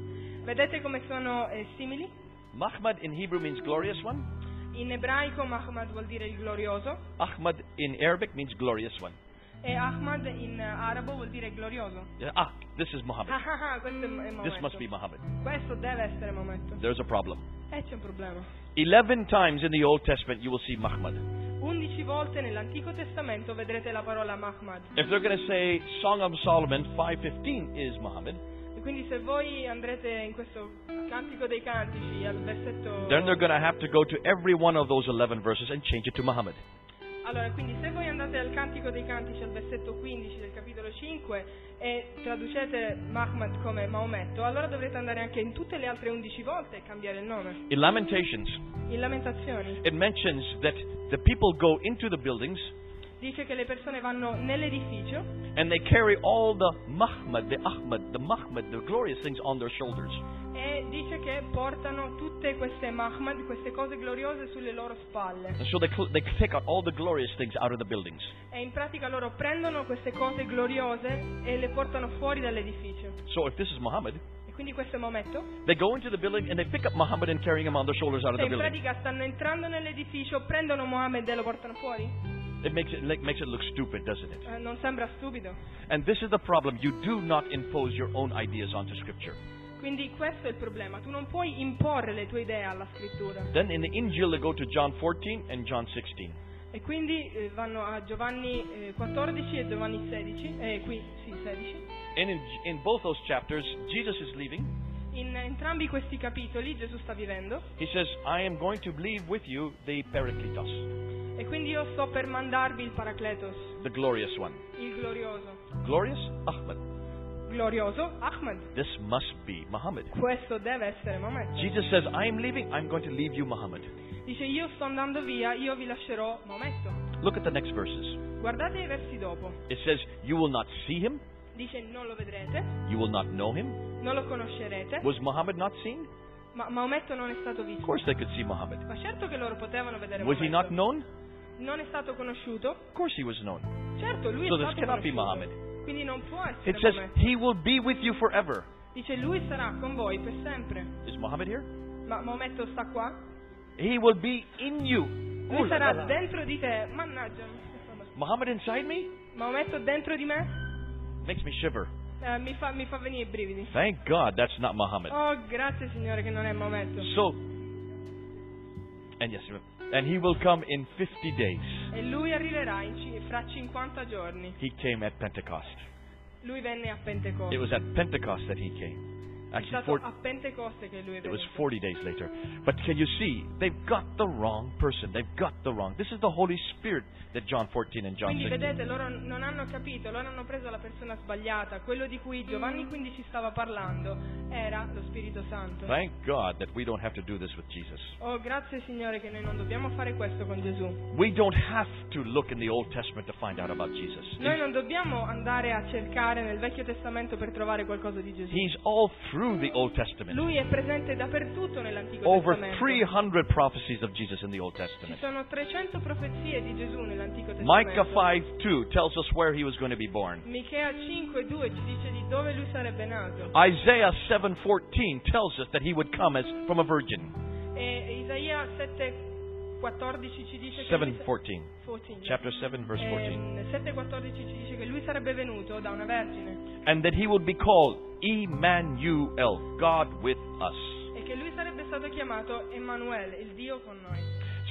Vedete come sono eh, simili? Muhammad in Hebrew means glorious one. In ebraico Mahmad vuol dire il glorioso Ahmad in Arabic means glorious one. e Ahmad in arabo vuol dire glorioso. [LAUGHS] Yeah, Ah, this is Ah Muhammad. ah ah, questo è, è This Maometto. must be Muhammad. Questo deve essere Maometto. There's a problem. E c'è un problema. Eleven times in the Old Testament you will see Muhammad. 11 volte nell'Antico Testamento vedrete la parola Mahmad. If they're going to say Song of Solomon 515 is Muhammad, E quindi se voi andrete in questo Cantico dei Cantici al versetto then they're going to have to go to every one of those 11 verses and change it to Muhammad. Allora, quindi se voi andate al Cantico dei Cantici, al versetto 15 del capitolo 5, e traducete Mahmad come Maometto, allora dovrete andare anche in tutte le altre 11 volte e cambiare il nome. In Lamentations, In Lamentazioni it mentions that the people go into the buildings dice che le persone vanno nell'edificio, and they carry all the Mahmad, the Ahmad, the Mahmad, the glorious things on their shoulders. e dice che portano tutte queste Mahmad, queste cose gloriose sulle loro spalle. And so they, cl- they take out all the glorious things out of the buildings. E in pratica loro prendono queste cose gloriose e le portano fuori dall'edificio. So if this is Muhammad, E quindi questo è Maometto. they go into the building and they pick up Muhammad and carrying him on their shoulders out of Se the Cioè, in building. pratica stanno entrando nell'edificio, prendono Mohammed e lo portano fuori. It makes it, like, makes it look stupid, doesn't it? Eh, non sembra stupido. And this is the problem. You do not impose your own ideas onto Scripture. Quindi questo è il problema. Tu non puoi imporre le tue idee alla scrittura. Then in the Injil, they go to John 14 and John 16. E quindi eh, vanno a Giovanni eh, 14 e Giovanni 16. Eh, qui, sì, 16. And in, in both those chapters, Jesus is leaving. In entrambi questi capitoli Gesù sta vivendo. He says, I am going to leave with you the Parakletos, E quindi io sto per mandarvi il Paracletos, the glorious one. il glorioso. Glorious Ahmad. Glorioso Ahmad. This must be Muhammad. Questo deve essere Maometto. Jesus says, I am leaving. I'm going to leave you Muhammad. Dice io sto andando via, io vi lascerò Maometto. Look at the next verses. Guardate i versi dopo. It says, You will not see him. Dice non lo vedrete, You will not know him. non lo conoscerete, Was Muhammad not seen? ma Maometto non è stato visto. Of course they could see Muhammad. Ma certo che loro potevano vedere Was he not Maometto. known? Non è stato conosciuto. Of course he was known. Certo, lui So è this stato cannot be conosciuto. Quindi non può essere It says, Maometto. He will be with you forever. Dice lui sarà con voi per sempre. Is Muhammad here? Ma Maometto sta qua? He will be in you. Lui Ooh, la, sarà la, la. dentro di te. Mannaggia. non so farlo. Muhammad inside me? Maometto dentro di me? Makes me shiver. Eh, mi, fa, mi fa venire i brividi. Thank God that's not Muhammad. Oh, grazie Signore che non è Maometto. So, and yes, and he will come in 50 days. E lui arriverà in ci- fra 50 giorni. He came at Pentecost. Lui venne a It Pentecoste. was at Pentecost that he came. È Actually, stato four, a Pentecoste che lui it was venne. 40 days later. But can you see? They've got the wrong person. They've got the wrong. This is the Holy Spirit that John 14 and John Quindi 16. vedete, loro non hanno capito, loro hanno preso la persona sbagliata. Quello di cui Giovanni 15 stava parlando era lo Spirito Santo. Thank God that we don't have to do this with Jesus. Oh, grazie Signore che noi non dobbiamo fare questo con Gesù. We don't have to look in the Old Testament to find out about Jesus. Noi non dobbiamo andare a cercare nel Vecchio Testamento per trovare qualcosa di Gesù. He's all through the Old Testament. Lui è presente dappertutto nell'Antico Over Testamento. 300 prophecies of Jesus in the Old Ci Testament. sono 300 profezie di Gesù nell'Antico Micah Testamento. 5 2 tells us where he was going to be born. Michea 5:2 ci dice di dove lui sarebbe nato. Isaiah 7:14 tells us that he would come as from a virgin. E Isaia 7:14 ci dice che lui 7:14, 14. chapter 7 verse 14. Ehm, 7:14 ci dice che lui sarebbe venuto da una vergine And that he would be called Emmanuel, God with us. e che lui sarebbe stato chiamato Emanuele, il Dio con noi.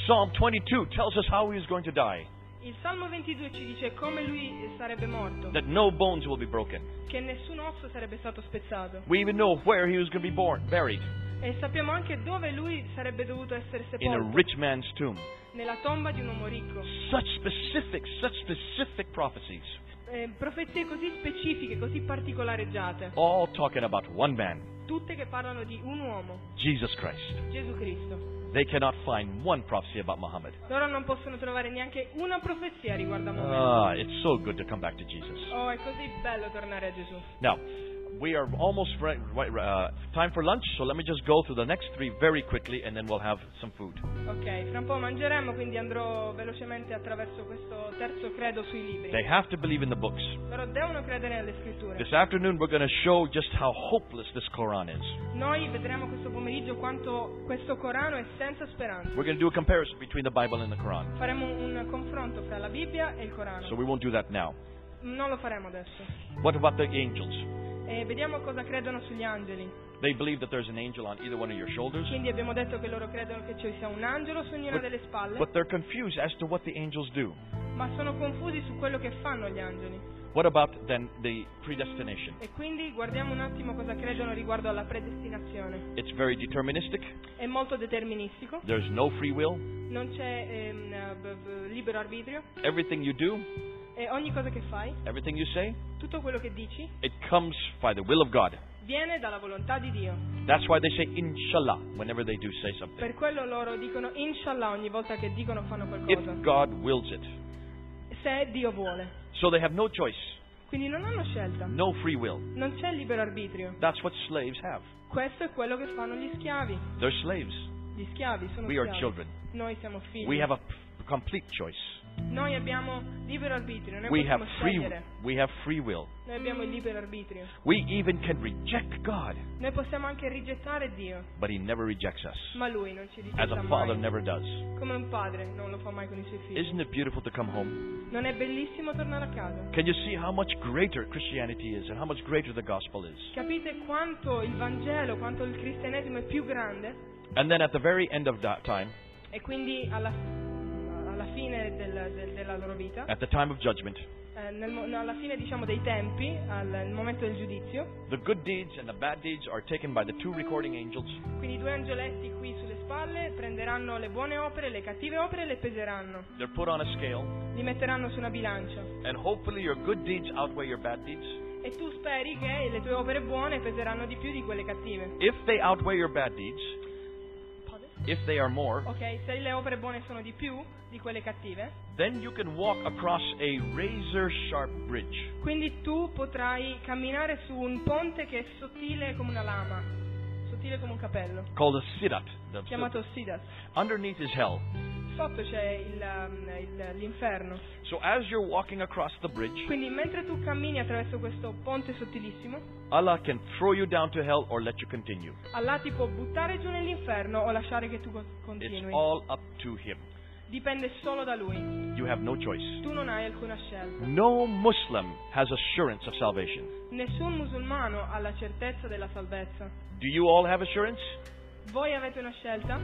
Psalm 22 tells us how he is going to die, Il Salmo 22 ci dice come lui sarebbe morto, that no bones will be broken. che nessun osso sarebbe stato spezzato We even know where he was going to be born, buried e sappiamo anche dove lui sarebbe dovuto essere in a sepolto, rich man's tomb. nella tomba di un uomo ricco. Such specific, such specific prophecies, Ehm, profezie così specifiche, così particolareggiate. all talking about one man, tutte che parlano di un uomo, Jesus Christ. Gesù Cristo. They cannot find one prophecy about Muhammad. Loro non possono trovare neanche una profezia riguardo a Maometto. Ah, it's so good to come back to Jesus. Oh, è così bello tornare a Gesù. Now, we are almost right, right, uh, time for lunch, so let me just go through the next three very quickly, and then we'll have some food. Ok, fra un po' mangeremo, quindi andrò velocemente attraverso questo terzo credo sui libri. They have to believe in the books. Loro devono credere nelle scritture. This afternoon, we're going to show just how hopeless this Quran is. Noi vedremo questo pomeriggio quanto questo Corano è senza speranza. We're going to do a comparison between the Bible and the Quran. Faremo un confronto fra la Bibbia e il So Corano. we won't do that now. Non lo faremo adesso. What about the angels? E vediamo cosa credono sugli angeli. They believe that there's an angel on either one of your shoulders, Quindi abbiamo detto che loro credono che ci sia un angelo su ognuna delle spalle. but they're confused as to what the angels do. ma sono confusi su quello che fanno gli angeli. What about then the predestination? E quindi guardiamo un attimo cosa credono riguardo alla predestinazione. It's very deterministic. È molto deterministico, There's no free will. non c'è ehm, b- b- libero arbitrio Everything you do, e ogni cosa che fai, everything you say, tutto quello che dici, it comes by the will of God. viene dalla volontà di Dio. That's why they say inshallah whenever they do say something. Per quello loro dicono inshallah ogni volta che dicono fanno qualcosa, If God wills it. se Dio vuole. So they have no choice, Quindi non hanno scelta, no free will. non c'è libero arbitrio. That's what slaves have. Questo è quello che fanno gli schiavi. They're slaves. Gli schiavi sono We are schiavi. children. Noi siamo figli. We have a p- complete choice. Noi abbiamo libero arbitrio, noi We have possiamo free scegliere. we have free will. Noi abbiamo il libero arbitrio. We even can reject God, Noi possiamo anche rigettare Dio, but he never rejects us. ma lui non ci As rigetta a father mai. never does. Come un padre non lo fa mai con i suoi figli. Isn't it beautiful to come home? Non è bellissimo tornare a casa? Can you see how much greater Christianity is and how much greater the gospel is? Capite quanto il Vangelo, quanto il cristianesimo è più grande? And then at the very end of that time, E quindi alla, alla fine del- del- della loro vita, at the time of judgment, eh, nel mo- no, alla fine diciamo dei tempi, al al momento del giudizio, the good deeds and the bad deeds are taken by the two recording angels quindi i due angeletti qui sulle spalle prenderanno le buone opere, le cattive opere e le peseranno. They're put on a scale, Li metteranno su una bilancia. and hopefully your good deeds outweigh your bad deeds. E tu speri che le tue opere buone peseranno di più di quelle cattive. If they outweigh your bad deeds, if they are more, Ok, se le opere buone sono di più di quelle cattive, then you can walk across a razor sharp bridge. quindi tu potrai camminare su un ponte che è sottile come una lama, sottile come un capello, Called a sirat. The- chiamato Sidas. underneath is hell. Sotto c'è il, um, il- l'inferno. So as you're walking across the bridge, Quindi mentre tu cammini attraverso questo ponte sottilissimo, Allah can throw you down to hell or let you continue. Allah ti può buttare giù nell'inferno o lasciare che tu co- It's continui. all up to Him. Dipende solo da Lui. You have no choice. Tu non hai alcuna scelta. No Muslim has assurance of salvation. Nessun musulmano ha la certezza della salvezza. Do you all have assurance? Voi avete una scelta?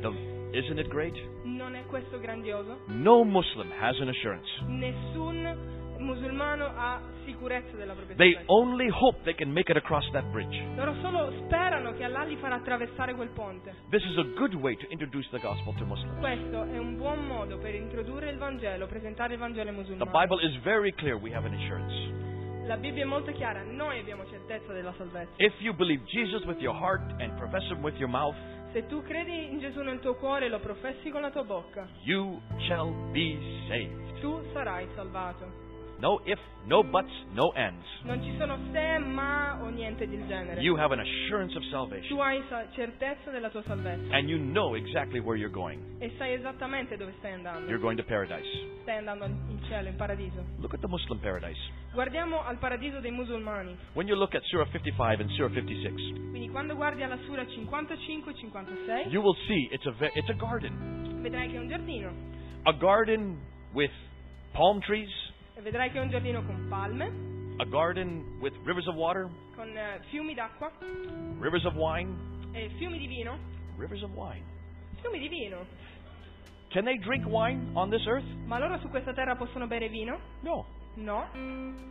The- isn't it great? Non è questo grandioso? No Muslim has an assurance. Nessun musulmano ha sicurezza della propria They salvezza. only hope they can make it across that bridge. Loro solo sperano che Allah li farà attraversare quel ponte. This is a good way to introduce the gospel to Muslims. Questo è un buon modo per introdurre il Vangelo, presentare il Vangelo ai The musulmani. Bible is very clear we have an assurance. La Bibbia è molto chiara, noi abbiamo certezza della salvezza. If you believe Jesus with your heart and profess him with your mouth, Se tu credi in Gesù nel tuo cuore e lo professi con la tua bocca, you shall be saved. tu sarai salvato. No if, no buts, no ands. Non ci sono se, ma o niente del genere. You have an assurance of salvation Tu hai sa- certezza della tua salvezza and you know exactly where you're going. e sai esattamente dove stai andando. You're going to paradise. Stai andando in cielo, in paradiso. Look at the Muslim paradise. Guardiamo al paradiso dei musulmani. When you look at Surah 55 and Surah 56, Quindi quando guardi alla sura 55 e 56, you will see it's a, ve- it's a garden. vedrai che è un giardino. A garden with palm trees, E vedrai che è un giardino con palme, a garden with rivers of water, con eh, fiumi d'acqua rivers of wine, e fiumi di vino. rivers of wine. Fiumi di vino. Can they drink wine on this earth? Ma loro su questa terra possono bere vino? No. No.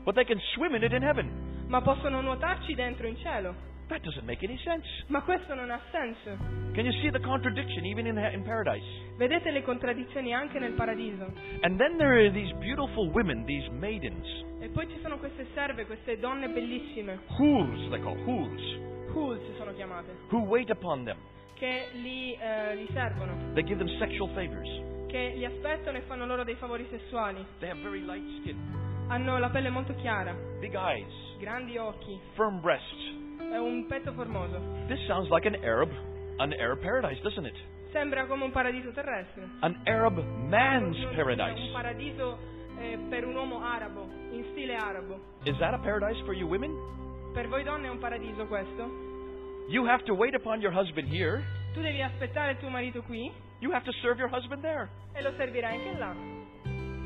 But they can swim in it in heaven. Ma possono nuotarci dentro in cielo? That doesn't make any sense. Ma questo non ha senso. Can you see the contradiction even in, in paradise? Vedete le contraddizioni anche nel paradiso. And then there are these beautiful women, these maidens, E poi ci sono queste serve, queste donne bellissime, hurs, they call hurs, Hul si sono chiamate, who wait upon them. che li, eh, li servono, They give them sexual favors. che li aspettano e fanno loro dei favori sessuali. They have very light skin, Hanno la pelle molto chiara, big eyes, grandi occhi, firm breasts. eh, un petto formoso. This sounds like an Arab, an Arab paradise, doesn't it? Sembra come un paradiso terrestre. An Arab man's Un paradise. paradiso eh, per un uomo arabo, in stile arabo. Is that a paradise for you women? Per voi donne è un paradiso questo? You have to wait upon your husband here. Tu devi aspettare il tuo marito qui You have to serve your husband there. e lo servirai anche là.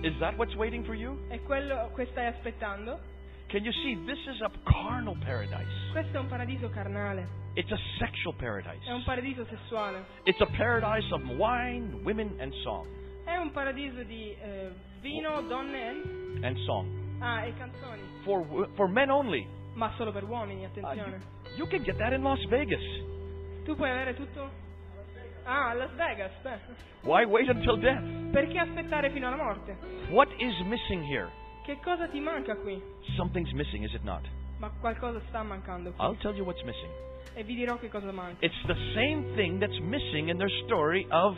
Is that what's waiting for you? E quello che stai aspettando? Can you see this is a carnal paradise? Questo è un paradiso carnale, It's a sexual paradise. è un paradiso sessuale. It's a paradise of wine, women, and song. È un paradiso di eh, vino, donne And song. Ah, e canzoni, for, for men only. ma solo per uomini, Uh, you, attenzione. you can get that in Las Vegas. Tu puoi avere tutto? Ah, a Las Vegas, beh. Why wait until death? Perché aspettare fino alla morte? What is missing here? Che cosa ti manca qui? Something's missing, is it not? Ma qualcosa sta mancando qui. I'll tell you what's missing. E vi dirò che cosa manca. It's the same thing that's missing in their story of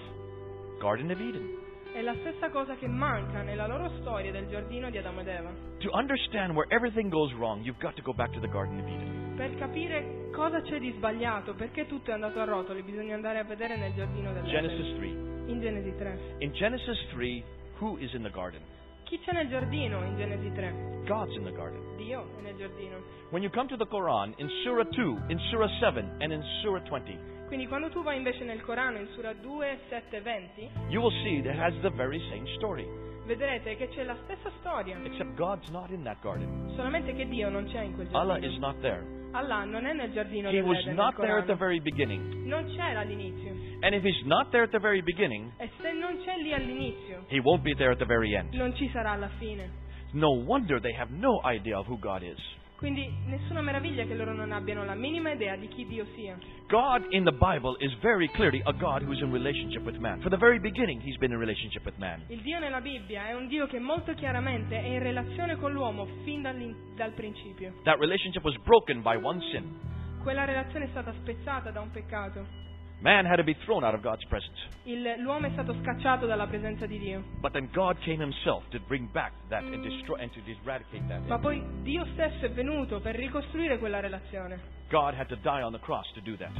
Garden of Eden. È la stessa cosa che manca nella loro storia del giardino di Adamo ed Eva. To understand where everything goes wrong, you've got to go back to the Garden of Eden. Per capire cosa c'è di sbagliato, perché tutto è andato a rotoli, bisogna andare a vedere nel giardino dell'Eden. Genesis 3. In Genesi 3. In Genesis 3, who is in the garden? Chi c'è nel giardino in Genesi 3? God's in the garden. Dio è nel giardino. When you come to the Quran, in Surah 2, in Surah 7, and in Surah 20, Quindi quando tu vai invece nel Corano in Sura 2, 7, 20, you will see that it has the very same story. vedrete che c'è la stessa storia, Except God's not in that garden. solamente che Dio non c'è in quel Allah giardino. is not there. Allah non è nel giardino He was dell'Eden, not nel there at the Corano. very beginning. non c'era all'inizio. And if He's not there at the very beginning, E se non c'è lì all'inizio, He won't be there at the very end. non ci sarà alla fine. No wonder they have no idea of who God is. Quindi nessuna meraviglia che loro non abbiano la minima idea di chi Dio sia. God in the Bible is very clearly a God who's in relationship with man. From the very beginning, He's been in relationship with man. Il Dio nella Bibbia è un Dio che molto chiaramente è in relazione con l'uomo fin dall'in- dal principio. That relationship was broken by one sin. Quella relazione è stata spezzata da un peccato. Man had to be thrown out of God's presence. Il- l'uomo è stato scacciato dalla presenza di Dio. But then God came Himself to bring back that and destroy and to eradicate that. Ma poi Dio stesso è venuto per ricostruire quella relazione. God had to die on the cross to do that.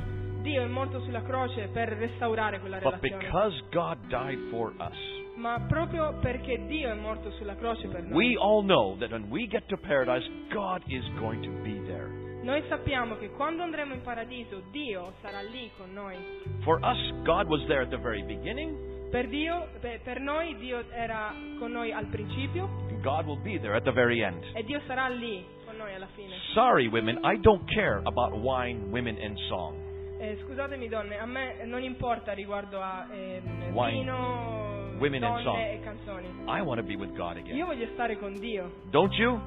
Dio è morto sulla croce per restaurare quella But relazione. because God died for us, Ma proprio perché Dio è morto sulla croce per noi, we all know that when we get to paradise, God is going to be there. noi sappiamo che quando andremo in paradiso Dio sarà lì con noi. For us, God was there at the very beginning, Per Dio, per- per noi Dio era con noi al principio and God will be there at the very end. e Dio sarà lì con noi alla fine. Sorry, women, I don't care about wine, women, and song. Eh, scusatemi donne, a me non importa riguardo a ehm, Wine. vino, Women and song. donne e canzoni. I want to be with God Io again. voglio stare con Dio. Don't you?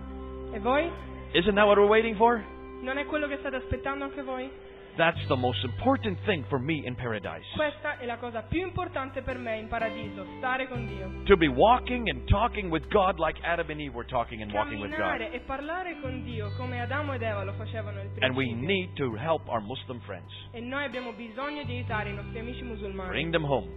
E voi? Isn't that what we're waiting for? Non è quello che state aspettando anche voi? That's the most important thing for me in paradise. Questa è la cosa più importante per me in paradiso, stare con Dio. To be walking and talking with God like Adam and Eve were talking and walking with God. Camminare e parlare con Dio come Adamo ed Eva lo facevano il And we primo. need to help our Muslim friends. E noi abbiamo bisogno di aiutare i nostri amici musulmani. Bring them home.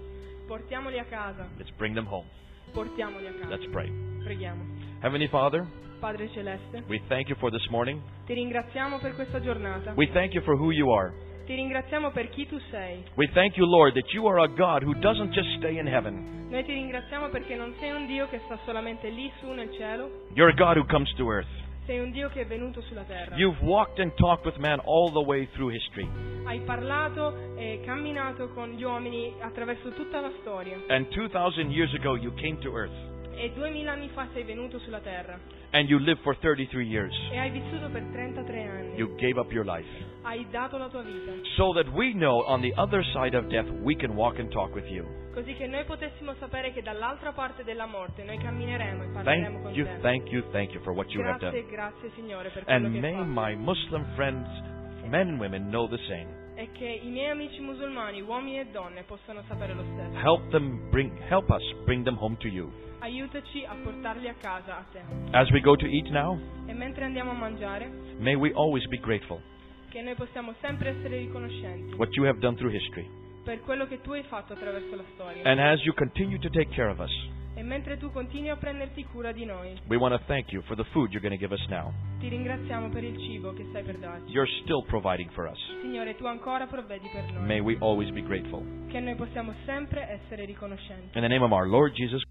Portiamoli a casa, Let's bring them home. portiamoli a casa. Let's pray. Preghiamo. Heavenly Father, Padre Celeste, we thank you for this morning. ti ringraziamo per questa giornata. We thank you for who you are. Ti ringraziamo per chi tu sei. We thank you, Lord, that you are a God who doesn't just stay in heaven. Noi ti ringraziamo perché non sei un Dio che sta solamente lì su nel cielo, You're a God who comes to earth. sei un Dio che è venuto sulla terra. You've walked and talked with man all the way through history. Hai parlato e camminato con gli uomini attraverso tutta la storia. And 2,000 years ago, you came to earth. E duemila anni fa sei venuto sulla terra And you lived for 33 years. e hai vissuto per 33 anni. You gave up your life. Hai dato la tua vita, So that we know on the other side of death, we can walk and talk with you. così che noi potessimo sapere che dall'altra parte della morte noi cammineremo e parleremo con Thank you, te. thank you, thank you for what you have grazie, done. grazie Signore per quello And che may hai my Muslim friends, men and women, know the same. fatto e che i miei amici musulmani, uomini e donne, possano sapere lo stesso. Help them bring, help us bring them home to you. Aiutaci a portarli a casa a te. As we go to eat now, E mentre andiamo a mangiare, may we always be grateful che noi possiamo sempre essere riconoscenti what you have done through history. per quello che tu hai fatto attraverso la storia. And as you continue to take care of us, E mentre tu continui a prenderti cura di noi, we want to thank you for the food you're going to give us now. ti ringraziamo per il cibo che stai per darci. You're still providing for us. Signore, tu ancora provvedi per May noi, we always be grateful. che noi possiamo sempre essere riconoscenti. In the name of our Lord Jesus